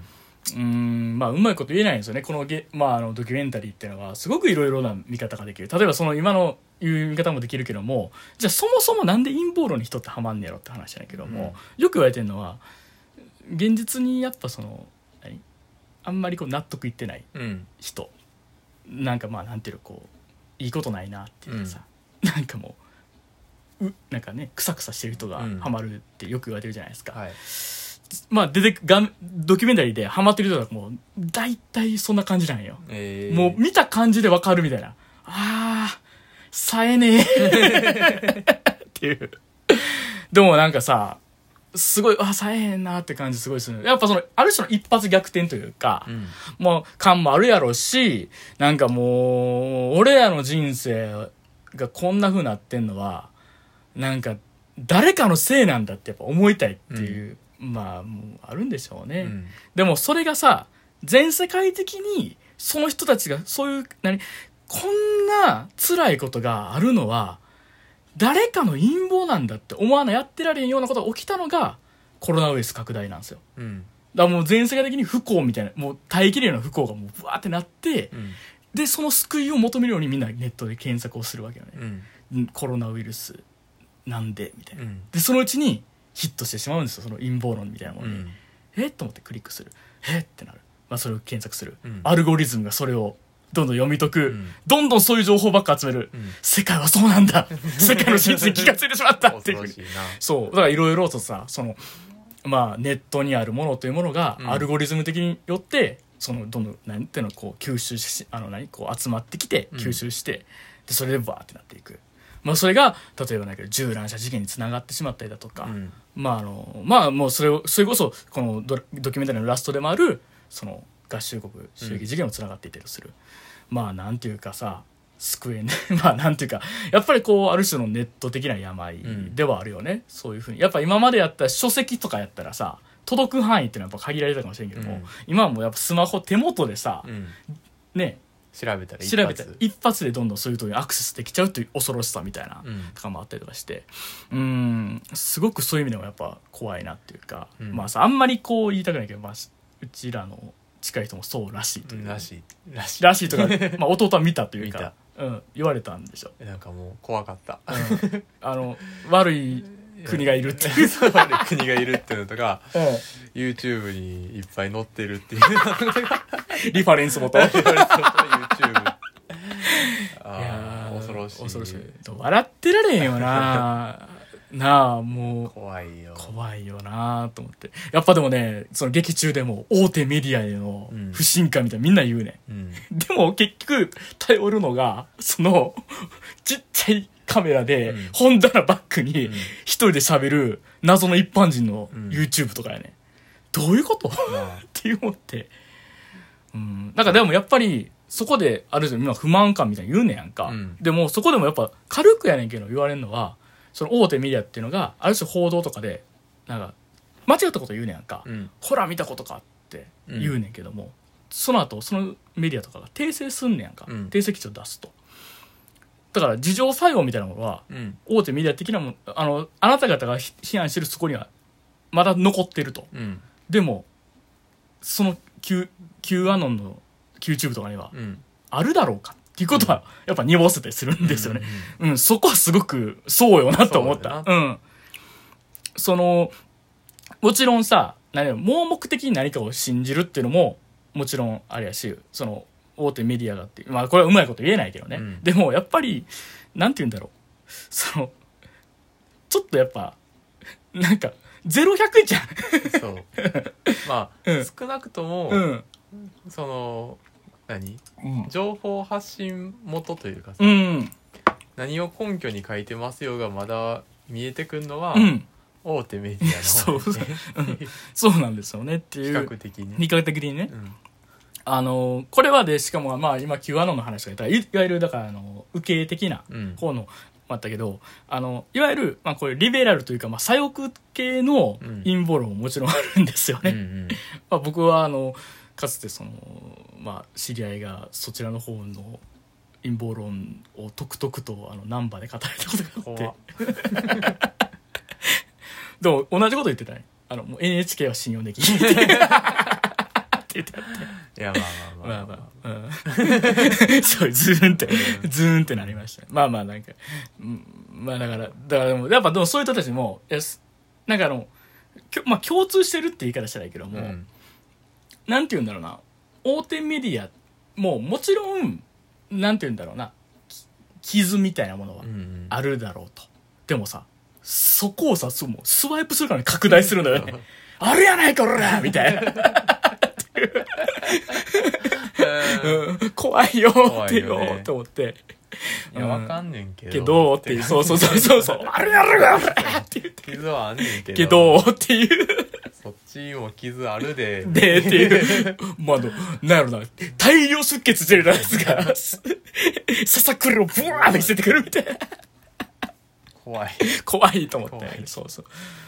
ーんまあうまいこと言えないんですよねこのゲ、まあ、あのドキュメンタリーっていうのはすごくいろいろな見方ができる例えばその今のいう見方もできるけどもじゃあそもそもなんで陰謀論に人ってハマんねやろって話じゃないけども、よく言われてるのは現実にやっぱその何あんまりこう納得いってないうん人なんかまあなんていうのこういいことないなっていうかさ、なんかもううなんかねクサクサしてる人がうんハマるってよく言われてるじゃないですか、はいまあ、出てく画面ドキュメンタリーでハマってる人はもう大体そんな感じなんよ、えもう見た感じでわかるみたいなあーさえねえっていうでもなんかさすごいあさえへんなって感じすごいするやっぱそのある種の一発逆転というか、うんもう感もあるやろしなんかもう俺らの人生がこんな風になってんのはなんか誰かのせいなんだってやっぱ思いたいっていう、まあもうあるんでしょうね、うんでもそれがさ全世界的にその人たちがそういう何こんな辛いことがあるのは誰かの陰謀なんだって思わないやってられんようなことが起きたのがコロナウイルス拡大なんですようんだからもう全世界的に不幸みたいなもう耐えきれるような不幸がもうぶわーってなってうんでその救いを求めるようにみんなネットで検索をするわけよね、うんうんコロナウイルスなんでみたいな、うんでそのうちにヒットしてしまうんですよその陰謀論みたいなもうのに、んえっと思ってクリックするえっってなる、まあ、それを検索する、うんアルゴリズムがそれをどんどん読み解く、んどんどんそういう情報ばっか集める、うん世界はそうなんだ世界の真実に気がついてしまったってい恐うろしいなそうだからいろいろとさそのまあネットにあるものというものがうんアルゴリズム的によって、そのどんどんなんていうのこう吸収しあの何こう集まってきてうん吸収して、でそれでバーってなっていく。まあそれが例えばなんか銃乱射事件につながってしまったりだとか、うんまああのまあもうそれをそれこそこのドドキュメンタリーのラストでもあるその合衆国襲撃事件をつながっていたりする、まあなんていうかさ救えない まあなんていうかやっぱりこうある種のネット的な病んではあるよね、そういうふうにやっぱ今までやった書籍とかやったらさ届く範囲っていうのはやっぱ限られたかもしれんけども、うん今はもうやっぱスマホ手元でさ、うん、ね調べたら一発調べたら一発でどんどんそういうとこにアクセスできちゃうという恐ろしさみたいなうんとかもあったりとかしてうんすごくそういう意味でもやっぱ怖いなっていうか、うんまあさあんまりこう言いたくないけど、まあ、うちらの近い人もそうらしいとういんうらしいらしらしいとか、 まあ、弟は見たという見か、うん、言われたんでしょ、いなんかもう怖かった うん、あの悪い国がいるっていう、そう悪い国がいるっていうのとか う YouTube にいっぱい載ってるっていうのとかん、リファレンス元言われたこと YouTube いあやーー恐ろしい恐ろしい笑ってられへんよ ななあもう怖いよ怖いよなと思ってやっぱでもねその劇中でも大手メディアへのうん不信感みたいなみんな言うね、うんん、 でも結局頼るのがそのちっちゃいカメラでうん本棚バッグにう一ん人で喋る謎の一般人のうん YouTube とかやね、どういうことまあ って思って。うん。なんかでもやっぱり、そこで、あるじゃん、今不満感みたいに言うねやんか。うんでも、そこでもやっぱ、軽くやねんけど言われるのは、その大手メディアっていうのが、ある種報道とかで、なんか、間違ったこと言うねやんか。うんほら、見たことかって言うねんけども、その後、そのメディアとかが訂正すんねやんか。うん訂正基準を出すと。だから、自浄作用みたいなものは、うん大手メディア的なもの、あの、あなた方が批判してるそこには、まだ残ってると。うんでもその Q, Q アノンの QTube とかにはうんあるだろうかっていうことはやっぱ濁せたりするんですよねうん、うんそこはすごくそうよなと思ったそううんそのもちろんさ何よ盲目的に何かを信じるっていうのももちろんあれやしその大手メディアだっていうまあこれはうまいこと言えないけどね、うんでもやっぱりなんて言うんだろうそのちょっとやっぱなんか0100じゃんそうまあ、うん少なくとも、うんその何うん情報発信元というかさ、うん何を根拠に書いてますよがまだ見えてくんのは、うん、大手メディアのそう方ですねそうなんですよねって比いう較的に、比較的にね、うんあのこれはでしかもまあ今 Q アノンの話が出たいいわゆるだからあの右傾的なうん方のもあったけどあのいわゆる、まあ、これリベラルというか、まあ、左翼系のうん陰謀論ももちろんあるんですよね、うんまあ、僕はあのかつてその、まあ、知り合いがそちらの方の陰謀論をとくとくとあのナンバーで語られたことうん、があ怖っってでも同じこと言ってたねあのもう NHK は信用でき ないって言ってたいやまあままああまあ、まあ、うん、そうズーンってズーンってなりましたまあまあなんか、うん、まあだからだからでもやっぱでもそういう人たちもいやすなんかあのきょまあ共通してるって言い方したらいいけども、うんなんて言うんだろうな大手メディアももちろんなんて言うんだろうなき傷みたいなものはうんうんあるだろうと、でもさそこをさそうもうスワイプするから拡大するんだよねあるやないか俺らみたいなうんうん怖いよ怖っいてよねと思って。いやわかんねんけどけどっていう、そうそうそうそう そう、あるやろがって言って。傷はあんねんけどけどっていう、そっちも傷あるででっていう、まあ、あの、なんやろな、大量出血してるやつが、すささくれをブワーって見せてくるみたいな。怖い 怖いと思っ怖ていそうそう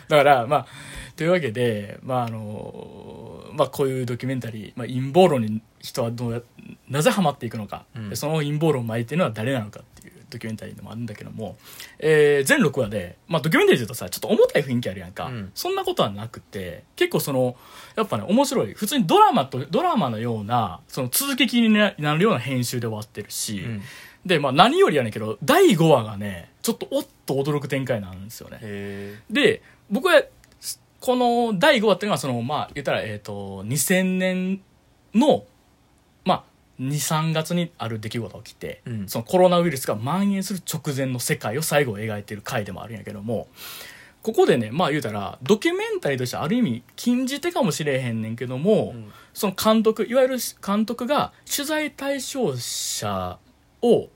だからまあというわけでまああのまあこういうドキュメンタリー、まあ、陰謀論に人はどうやなぜハマっていくのか、うんでその陰謀論を巻いてるのは誰なのかっていうドキュメンタリーでもあるんだけども、えー全6話で、まあ、ドキュメンタリーだとさちょっと重たい雰囲気あるやんか、うんそんなことはなくて結構そのやっぱね面白い普通にドラマとドラマのようなその続き気にななるような編集で終わってるし、うんで、まあ何よりやねんけど、第5話がね、ちょっとおっと驚く展開なんですよね。へで、僕は、すこの第5話っていうのは、その、まあ言ったら、えっ、と、2000年の、まあ、2、3月にある出来事が起きて、うんそのコロナウイルスが蔓延する直前の世界を最後描いてる回でもあるんやけども、ここでね、まあ言うたら、ドキュメンタリーとしてある意味禁じ手かもしれへんねんけども、えうんその監督いわゆる監督が取材対象者を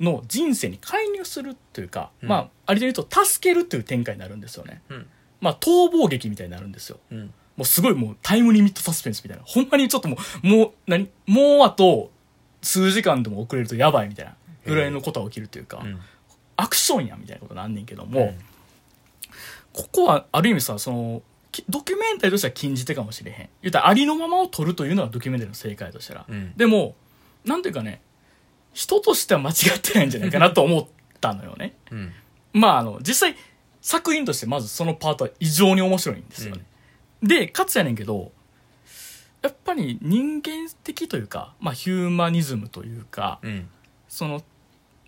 の人生に介入するというか、うんまあありというと助けるという展開になるんですよね、うんまあ逃亡劇みたいになるんですようんもうすごいもうタイムリミットサスペンスみたいなほんまにちょっともうもう何もうあと数時間でも遅れるとやばいみたいなぐらいのことは起きるというか、うんアクションやみたいなことなんねんけども、ここはある意味さそのきドキュメンタリーとしては禁じ手かもしれへん言うたらありのままを撮るというのがドキュメンタリーの正解としたら、うんでもなんていうかね人としては間違ってないんじゃないかなと思ったのよねうんまああの実際作品としてまずそのパートは異常に面白いんですよね、でかつやねんけどやっぱり人間的というか、まあ、ヒューマニズムというか、うんその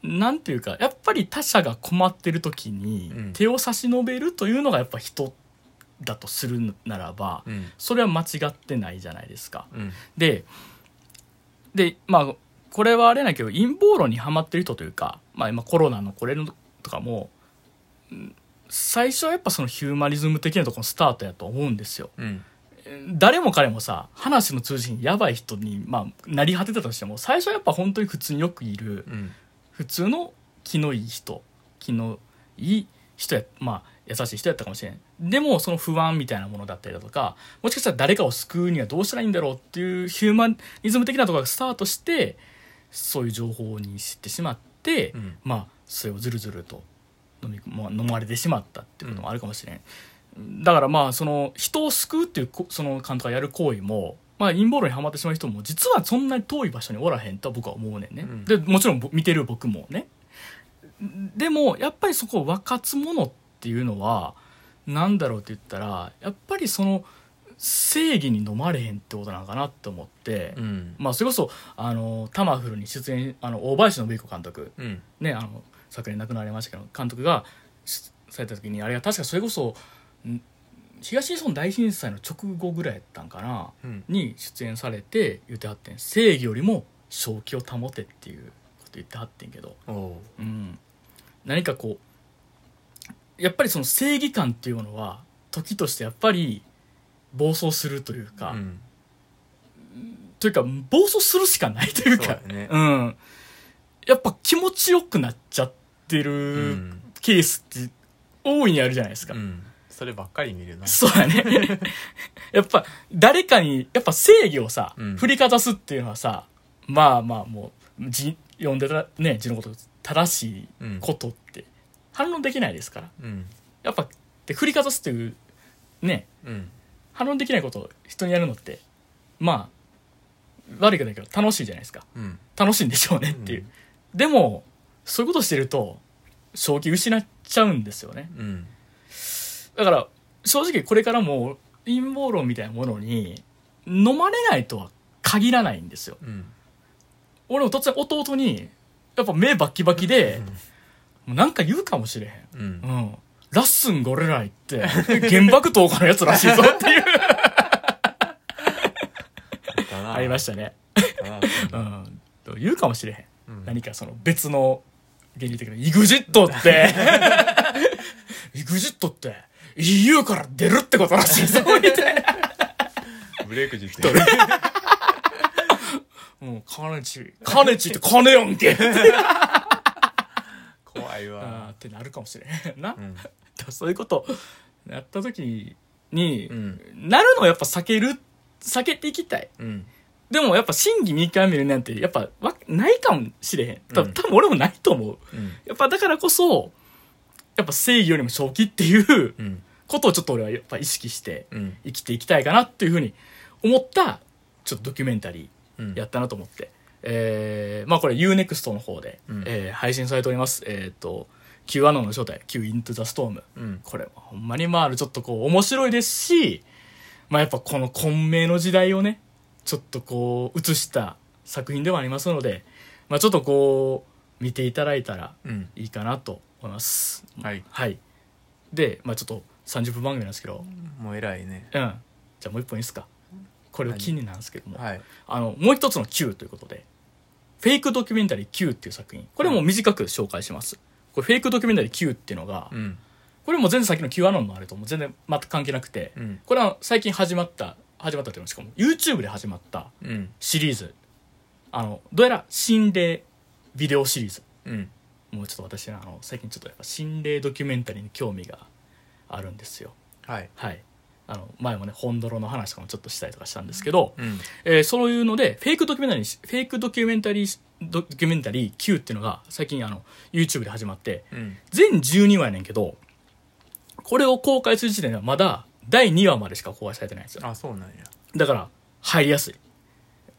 なんていうかやっぱり他者が困ってる時にうん手を差し伸べるというのがやっぱ人だとするならば、うんそれは間違ってないじゃないですか。うんででまあこれはあれだけど陰謀論にはまってる人というか、まあ、今コロナのこれのとかもうん最初はやっぱそのヒューマニズム的なところのスタートやと思うんですよ。うん誰も彼もさ話の通じにやばい人に、まあ、なり果てたとしても最初はやっぱ本当に普通によくいるうん普通の気のいい人気のいい人やまあ優しい人やったかもしれんでもその不安みたいなものだったりだとかもしかしたら誰かを救うにはどうしたらいいんだろうっていうヒューマニズム的なところがスタートしてそういう情報に知ってしまって、うんまあそれをずるずると飲み、まあ、飲まれてしまったっていうこともあるかもしれん、だからまあその人を救うっていうこその監督がやる行為も、まあ、陰謀論にはまってしまう人も実はそんなに遠い場所におらへんとは僕は思うねんね、うんでもちろんぼ見てる僕もねでもやっぱりそこ若つものっていうのはなんだろうって言ったらやっぱりその正義に飲まれへんってことなのかなって思って、うんまあそれこそあのタマフルに出演あの大林信彦監督うんね、あの昨年亡くなりましたけど監督がしされた時にあれが確かそれこそん東日本大震災の直後ぐらいやったんかなうんに出演されて言ってはってん正義よりも正気を保てっていうこと言ってはってんけど、おおうん、何かこうやっぱりその正義感っていうものは時としてやっぱり暴走するというか、うんというか暴走するしかないというそうかだねうん、やっぱ気持ちよくなっちゃってうるんケースって大いにあるじゃないですか。うんそればっかり見るなそうだね。 やっぱ誰かに、やっぱ正義をさ、うん振りかざすっていうのはさ、まあまあもう、じ、読んでたね、字のこと、正しいうんことって反論できないですから。うんやっぱ、で振りかざすっていう、ね、うん反論できないことを人にやるのって、まあ、悪いけどだけど楽しいじゃないですか。うん楽しいんでしょうねっていう。でも、そういうことしてると、正気失っちゃうんですよね。うんだから正直これからも陰謀論みたいなものに飲まれないとは限らないんですようん俺も突然弟にやっぱ目バッキバキでもうなんか言うかもしれへうんうんんうんラッスンゴレライって原爆投下のやつらしいぞっていうだなありましたねだなうん言うかもしれへん、うん何かその別の原理的な EXIT って EXIT って EU から出るってことらしいぞみたいなブレイク 実人もう、カネチ、カネチって金やんけ怖いあーわってなるかもしれん。な、うんそういうこと、やった時に、うんなるのをやっぱ避ける、避けていきたい。うんでもやっぱ審議見極めるなんて、やっぱわ、ないかもしれへん。多う分ん多分俺もないと思う。うんやっぱだからこそ、やっぱ正義よりも正気っていううんことをちょっと俺はやっぱ意識してうん生きていきたいかなっていうふうに思った、ちょっとドキュメンタリー。うんやったなと思って、えーまあこれ UNEXT の方で、うんえー配信されておりますえっ、と Q アノンの正体 Q イントゥザストームうんこれはほんまにまあちょっとこう面白いですしまあやっぱこの混迷の時代をねちょっとこう映した作品ではありますのでまあちょっとこう見ていただいたらうんいいかなと思いますはいはいでまあちょっと30分番組なんですけどうんもう偉いねじゃあもう一本いいですかこれを機になんですけども、はいあの、もう一つの Q ということで、フェイクドキュメンタリー Q っていう作品。これも短く紹介します。これフェイクドキュメンタリー Q っていうのがう、んこれも全然さっきの Q アノンのあれとも全然全く関係なくてう、んこれは最近始まった、始まったというのはしかも YouTube で始まったうんシリーズ。あの、どうやら心霊ビデオシリーズ。うんもうちょっと私、あの、最近ちょっとやっぱ心霊ドキュメンタリーに興味があるんですよ。はいはい。あの、前もね、本ドロの話とかもちょっとしたりとかしたんですけど、うんえーそういうので、フェイクドキュメンタリー、フェイクドキュメンタリードキュメンタリー Q っていうのが最近あの YouTube で始まってうん全12話やねんけどこれを公開する時点ではまだ第2話までしか公開されてないんですよあそう なんやだから入りやすい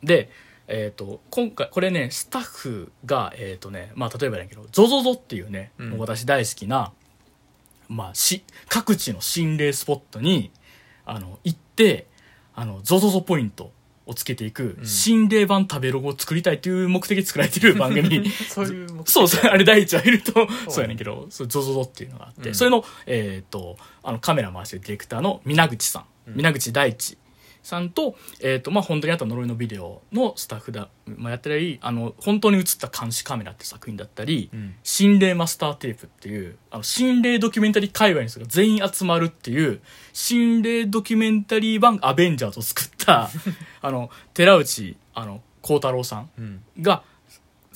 でえっ、と今回これねスタッフがえっ、とねまあ例えばやけど ZOZOZO っていうね、うんもう私大好きな、まあ、し各地の心霊スポットにあの行ってあの ZOZOZO ポイントをつけていくうん心霊版食べログを作りたいという目的で作られてる番組 そういう目的そう そうあれ第一話見るとうそうやねんけどそうゾゾゾっていうのがあって、うんそれの,、えー、とあのカメラ回してるディレクターの皆口さん、うん皆口大地さんと,、えーとまあ、本当にあった呪いのビデオのスタッフだ、まあ、やったりあの本当に映った監視カメラって作品だったり、うん心霊マスターテープっていうあの心霊ドキュメンタリー界隈の人が全員集まるっていう心霊ドキュメンタリー版アベンジャーズを作った あの寺内あの幸太郎さんうんが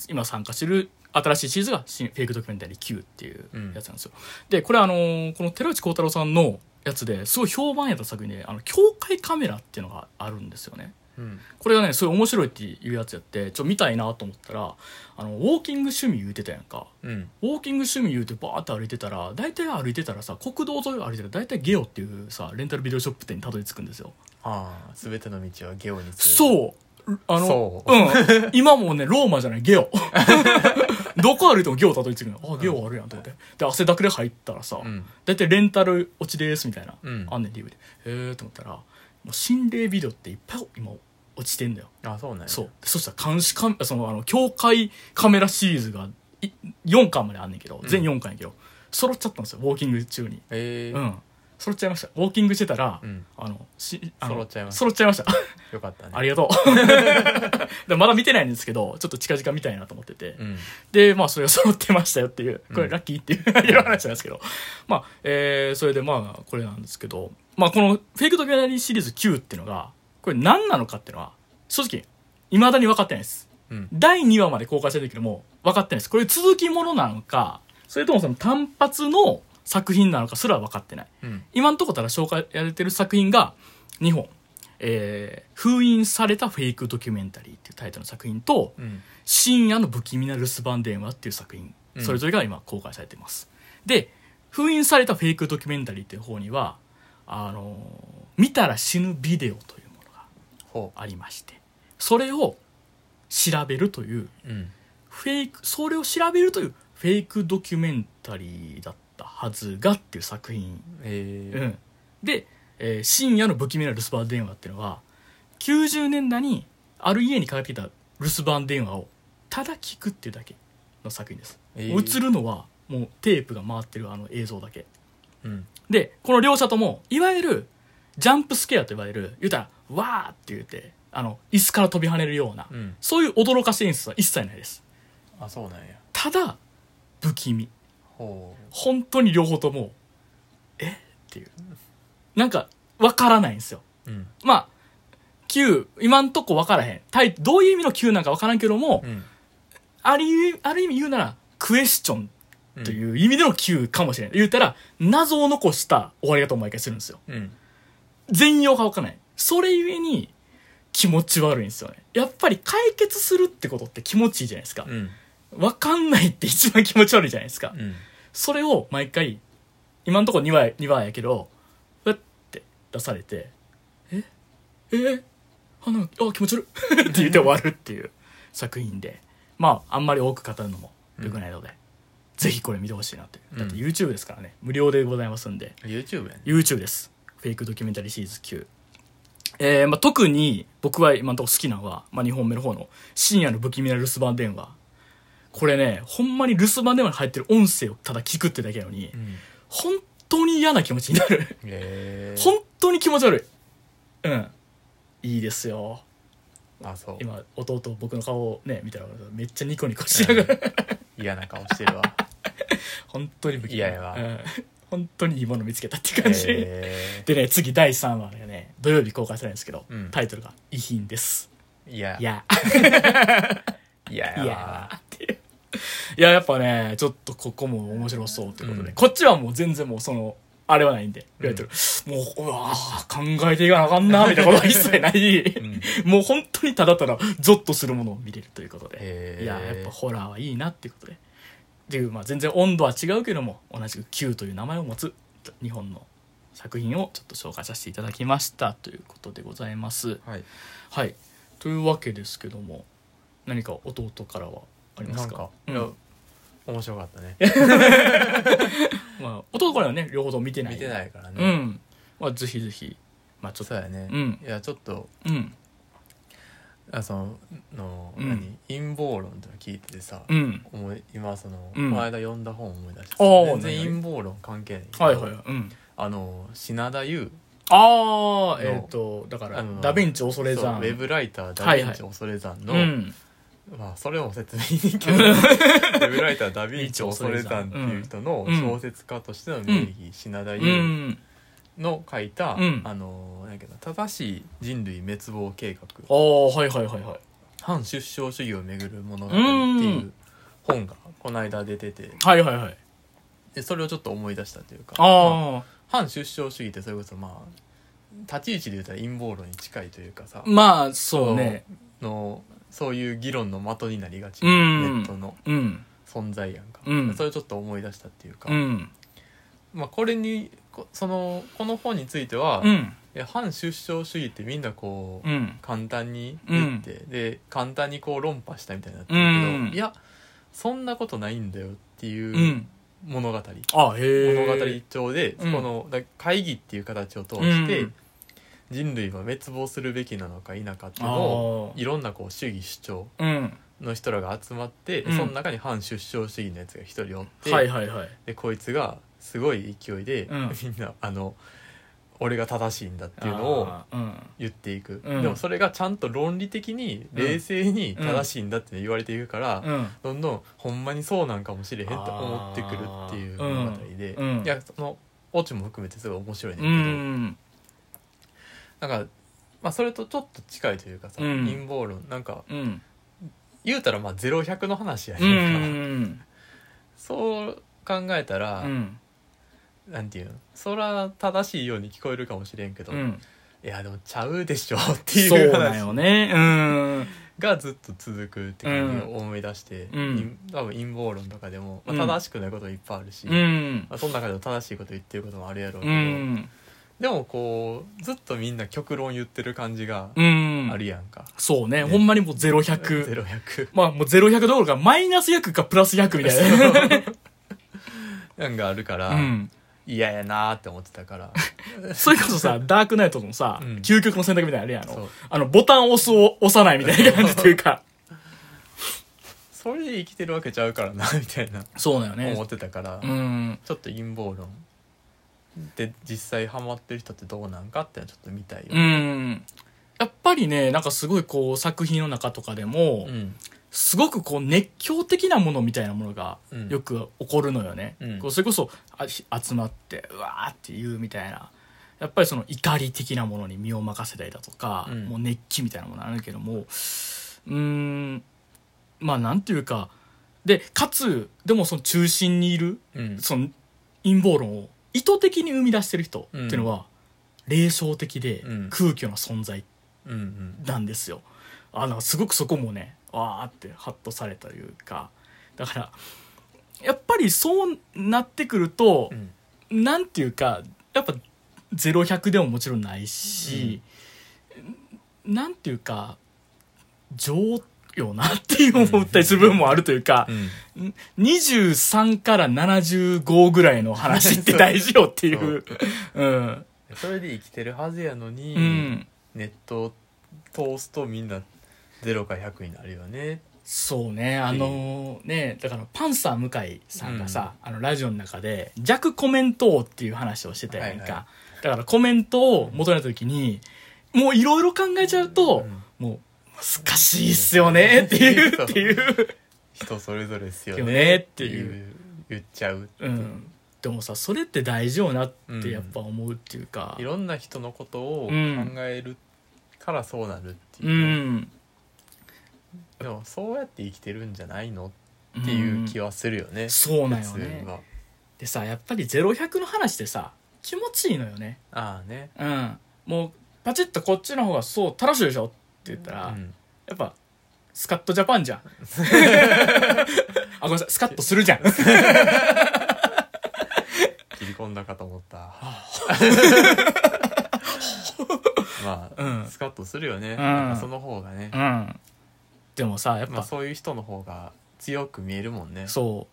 今参加してる新しいシリーズが新フェイクドキュメンタリー Q っていうやつなんですよ、でこれあのーこの寺内幸太郎さんのやつですごい評判やった作品であの境界カメラっていうのがあるんですよねうんこれがねすごい面白いっていうやつやってちょっと見たいなと思ったらあのウォーキング趣味言うてたやんかうんウォーキング趣味言うてバーって歩いてたら大体歩いてたらさ国道沿いを歩いてたら大体ゲオっていうさレンタルビデオショップ店にたどり着くんですよああ全ての道はゲオにうそう。あの、そううん。今もうね、ローマじゃない、ゲオ。 どこ歩いてもゲオたどり着くの。あ、ゲオあるやんと思って。で、汗だくで入ったらさ、うん大体レンタル落ちですみたいな、うんあんねん DV で。へえと思ったら、もう心霊ビデオっていっぱい今落ちてんだよ。あそうなんやそう。そしたら監視カメラ、その、あの、境界カメラシリーズがい4巻まであんねんけど、全4巻やけど、揃っちゃったんですよ、ウォーキング中に。ええうん。揃っちゃいました。ウォーキングしてたら、うんあの、しあの揃っちゃいました揃っちゃいました。よかったねありがと う。でまだ見てないんですけど、ちょっと近々見たいなと思ってて。うんで、まあ、それが揃ってましたよっていう、こうれんラッキーっていう、 いう話なんですけど。まあ、えー、それでまあ、これなんですけど、まあ、このフェイクドキャラリーシリーズ9っていうのが、これ何なのかっていうのは、正直、未だに分かってないです。うん第2話まで公開されてるけども、分かってないです。これ続きものなのか、それともその単発の作品なのかすら分かってない。うん今のところただ紹介されてる作品が2本、えー封印されたフェイクドキュメンタリーっていうタイトルの作品と、うん深夜の不気味な留守番電話っていう作品、うんそれぞれが今公開されてます。で、封印されたフェイクドキュメンタリーっていう方には、あのー見たら死ぬビデオというものがほありまして、それを調べるという、ううんフェイク、それを調べるというフェイクドキュメンタリーだったはずがっていう作品えうえん、で、えー深夜の不気味な留守番電話っていうのは90年代にある家にかかってきた留守番電話をただ聞くっていうだけの作品です、ええ映るのはもうテープが回ってるあの映像だけうんでこの両者ともいわゆるジャンプスケアと呼ばれる言うたら「わー」って言ってあの椅子から飛び跳ねるような、うんそういう驚かせ演出は一切ないですあそうなんやただ不気味ほう本当に両方ともえっていうなんかわからないんですようんまあ Q 今んとこわからへんタイどういう意味の Q なんかわからんけども、うんあるある意味言うならクエスチョンという意味での Q かもしれない、言うたら謎を残した終わり方を毎回するんですようん全容がわからないそれゆえに気持ち悪いんですよねやっぱり解決するってことって気持ちいいじゃないですかうんわかんないって一番気持ち悪いじゃないですかうんそれを毎回今のところ2話2話やけどふって出されて「ええあなんかあ気持ち悪い」 って言って終わるっていう作品でまああんまり多く語るのも良くないので、ぜひこれ見てほしいなってだって YouTube ですからね無料でございますんで YouTube やね YouTube ですフェイクドキュメンタリーシリーズ9えーまあ、特に僕は今のところ好きなのは、まあ、2本目の方の深夜の不気味な留守番電話これねほんまに留守番電話に入ってる音声をただ聞くってだけなのに、うん本当に嫌な気持ちになるええ本当に気持ち悪いうんいいですよあそう今弟僕の顔をね見たらめっちゃニコニコしながら嫌な顔して るわ本当に不気味嫌やわうん、本当にいいもの見つけたって感じ、えでね、次第3話がね、土曜日公開されるんですけど、うんタイトルが、遺品です。え嫌いや、 嫌いややわ、っていう。いや、やっぱね、ちょっとここも面白そうということで、うんこっちはもう全然もうその、あれはないんで、言われてる。もう、うわー考えていかなあかんな、みたいなことは一切ない。 もう本当にただただ、ゾッとするものを見れるということへで。ーいや、やっぱホラーはいいなっていうことで。っていう、まあ全然温度は違うけども、同じく Q という名前を持つ、日本の作品をちょっと紹介させていただきました、ということでございます。はいはい。というわけですけども、何か弟からはありまなすんかか、ういんや面白かったねまあ、弟からはね、両方とも見てない。見てないからうねん。まあ、ぜひぜひ。まあ、ちょっそと。うやねうんいやちょっとうん。あそののうん何陰謀論とか聞いててさうん。思い今そのうんこの間読んだ本思い出してあー何全々然陰謀論関係ないけどはいはい。うん。あの品田優ああ、えっ、と、だからあ、のダヴィンチ恐れそう山。ウェブライターはダいヴはィいンチ恐れ山うの、ん。まあそれも説明いいけど ウェブライターダヴィンチ恐れ山っていう人のうん小説家としての名義、品田う優ん。の書いた、うんあのなんやけど正しい人類滅亡計あ画あ、はいはいはいはい。反出生主義をめぐる物語っていう本がこの間出ててはいはいはい。でそれをちょっと思い出したというかまああ反出生主義ってそれこそまあ立ち位置で言ったら陰謀論に近いというかさあ、まあ、そうね。のそういう議論の的になりがちうなネんットのうん。存在やんか、うんそれをちょっと思い出したっていうか、うん。まあ、これにこそのこの本については、ういん。や反出生主義ってみんなこう、うん。簡単に言って、で簡単にこう論破したみたいになってるけど、うんいやそんなことないんだよってう。いうん物語、あへえ。物語調で、うんこのだ会議っていう形を通して、うん人類は滅亡するべきなのか否かっていうのをあいろんなこう主義主張あ。うん。の人らが集まって、うんその中に反出生主義のやつが一人おって、はいはいはい。でこいつがすごい勢いで、うん みんなあの俺が正しいんだっていうのをあーうん。言っていく、うんでもそれがちゃんと論理的にうん冷静に正しいんだって言われていくから、うん。どんどんほんまにそうなんかもしれへんと思ってくるっていう物語で、あーうんいやそのオチも含めてすごい面白いねんうだけど、ん。なんか、まあ、それとちょっと近いというかさ、うん陰謀論なんかうん。言うたらまあ0100の話やうねんか、ん。そう考えたら、うん。なんていうのそら正しいように聞こえるかもしれんけど、ういん。やでもちゃうでしょってそいううだよ話ね。うん。がずっと続くって感じを思い出して、うん陰多分陰謀論とかでも、まあ、うん正しくないこといっぱいあるし、うん。まあ、その中でも正しいこと言ってることもあるやろうけうど、ん。でもこうずっとみんな極論言ってる感じがうん。あるやんか、そうね。ほんまにもう0、100。 0100まあもう0、100どころか、マイナス100かプラス100みたいなんかあるからな。うん。嫌、やなーって思って たからそれこそ さ、ダークナイトのさうん、究極の選択みたいなのあれやそろう。あの、ボタン押すを押さないみたいな感じというか。それで生きてるわけちゃうからなみたいなそうだよね思。ってたから、うん。ちょっと陰謀論で実際ハマってる人ってどうなんかってのはちょっと見たいよう、ん。やっぱりね、なんかすごいこう、作品の中とかでもう、んすごくこう熱狂的なものみたいなものがうんよく起こるのよね、うんこうそれこそあひ集まってうわーって言うみたいなやっぱりその怒り的なものに身を任せたりだとか、うんもう熱気みたいなものあるけどもうーんまあなんていうかでかつでもその中心にいるうんその陰謀論を意図的に生み出してる人っていうのは、霊障的でうん空虚な存在うんうんなんですよあのすごくそこもねわーってハッとされたというかだからやっぱりそうなってくるとう、んなんていうかやっぱ0100でももちろんないし、なんていうか情よなっていう思ったりする部分もあるというか、23から75ぐらいの話って大事よっていう。うん、それで生きてるはずやのに、うんネットを通すとみんな0か100になるよねそうねあのーねだからパンサー向井さんがさ、あのラジオの中で弱コメント王っていう話をしてたやんか、はいはだからコメントを求めた時にもういろいろ考えちゃうと、もう難しいっすよねっていうそうっていう人それぞれですよよねねってっていう、いう言っちゃうってう、いうんでもさそれって大事よなってうんやっぱ思うっていうかいろんな人のことを考えるからそうなるっていうう、ん、でもそうやって生きてるんじゃないのっていう気は、はするよね、そうなんよ普ね通はでさやっぱり0100の話でさ気持ちいいのよねああねうんもうパチッとこっちの方がそう楽しいでしょって言ったら、うんやっぱスカットジャパンじ ゃんあごめんなさいスカッとするじ ゃん切り込んだかと思った まあ、うんスカッとするよね、んなんかその方がねう、んでもさやっぱ、まあ、そういう人の方が強く見えるもんねそ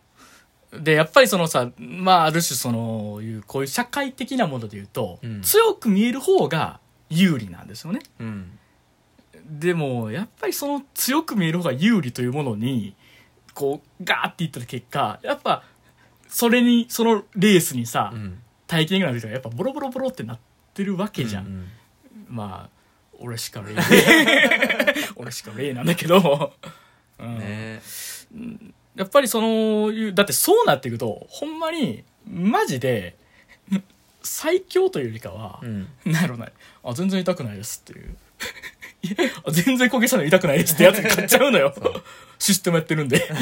う。で、やっぱりそのさ、まあ、ある種その、いう、こういう社会的なもので言うと、うん強く見える方が有利なんですよね。うんでも、やっぱりその強く見える方が有利というものに、こう、ガーっていった結果、やっぱ、それに、そのレースにさ、うん体験がなる人がやっぱボロボロボロってなってるわけじゃん。うんまあ、俺しか例。 俺しか例なんだけど。うんうんねやっぱりそのいう、だってそうなっていくと、ほんまに、マジで、最強というよりかはう、ん なんやろな、あ、全然痛くないですっていう。 いやあ全然焦げしたの痛くないですってやつ買っちゃうのよ。システムやってるんで。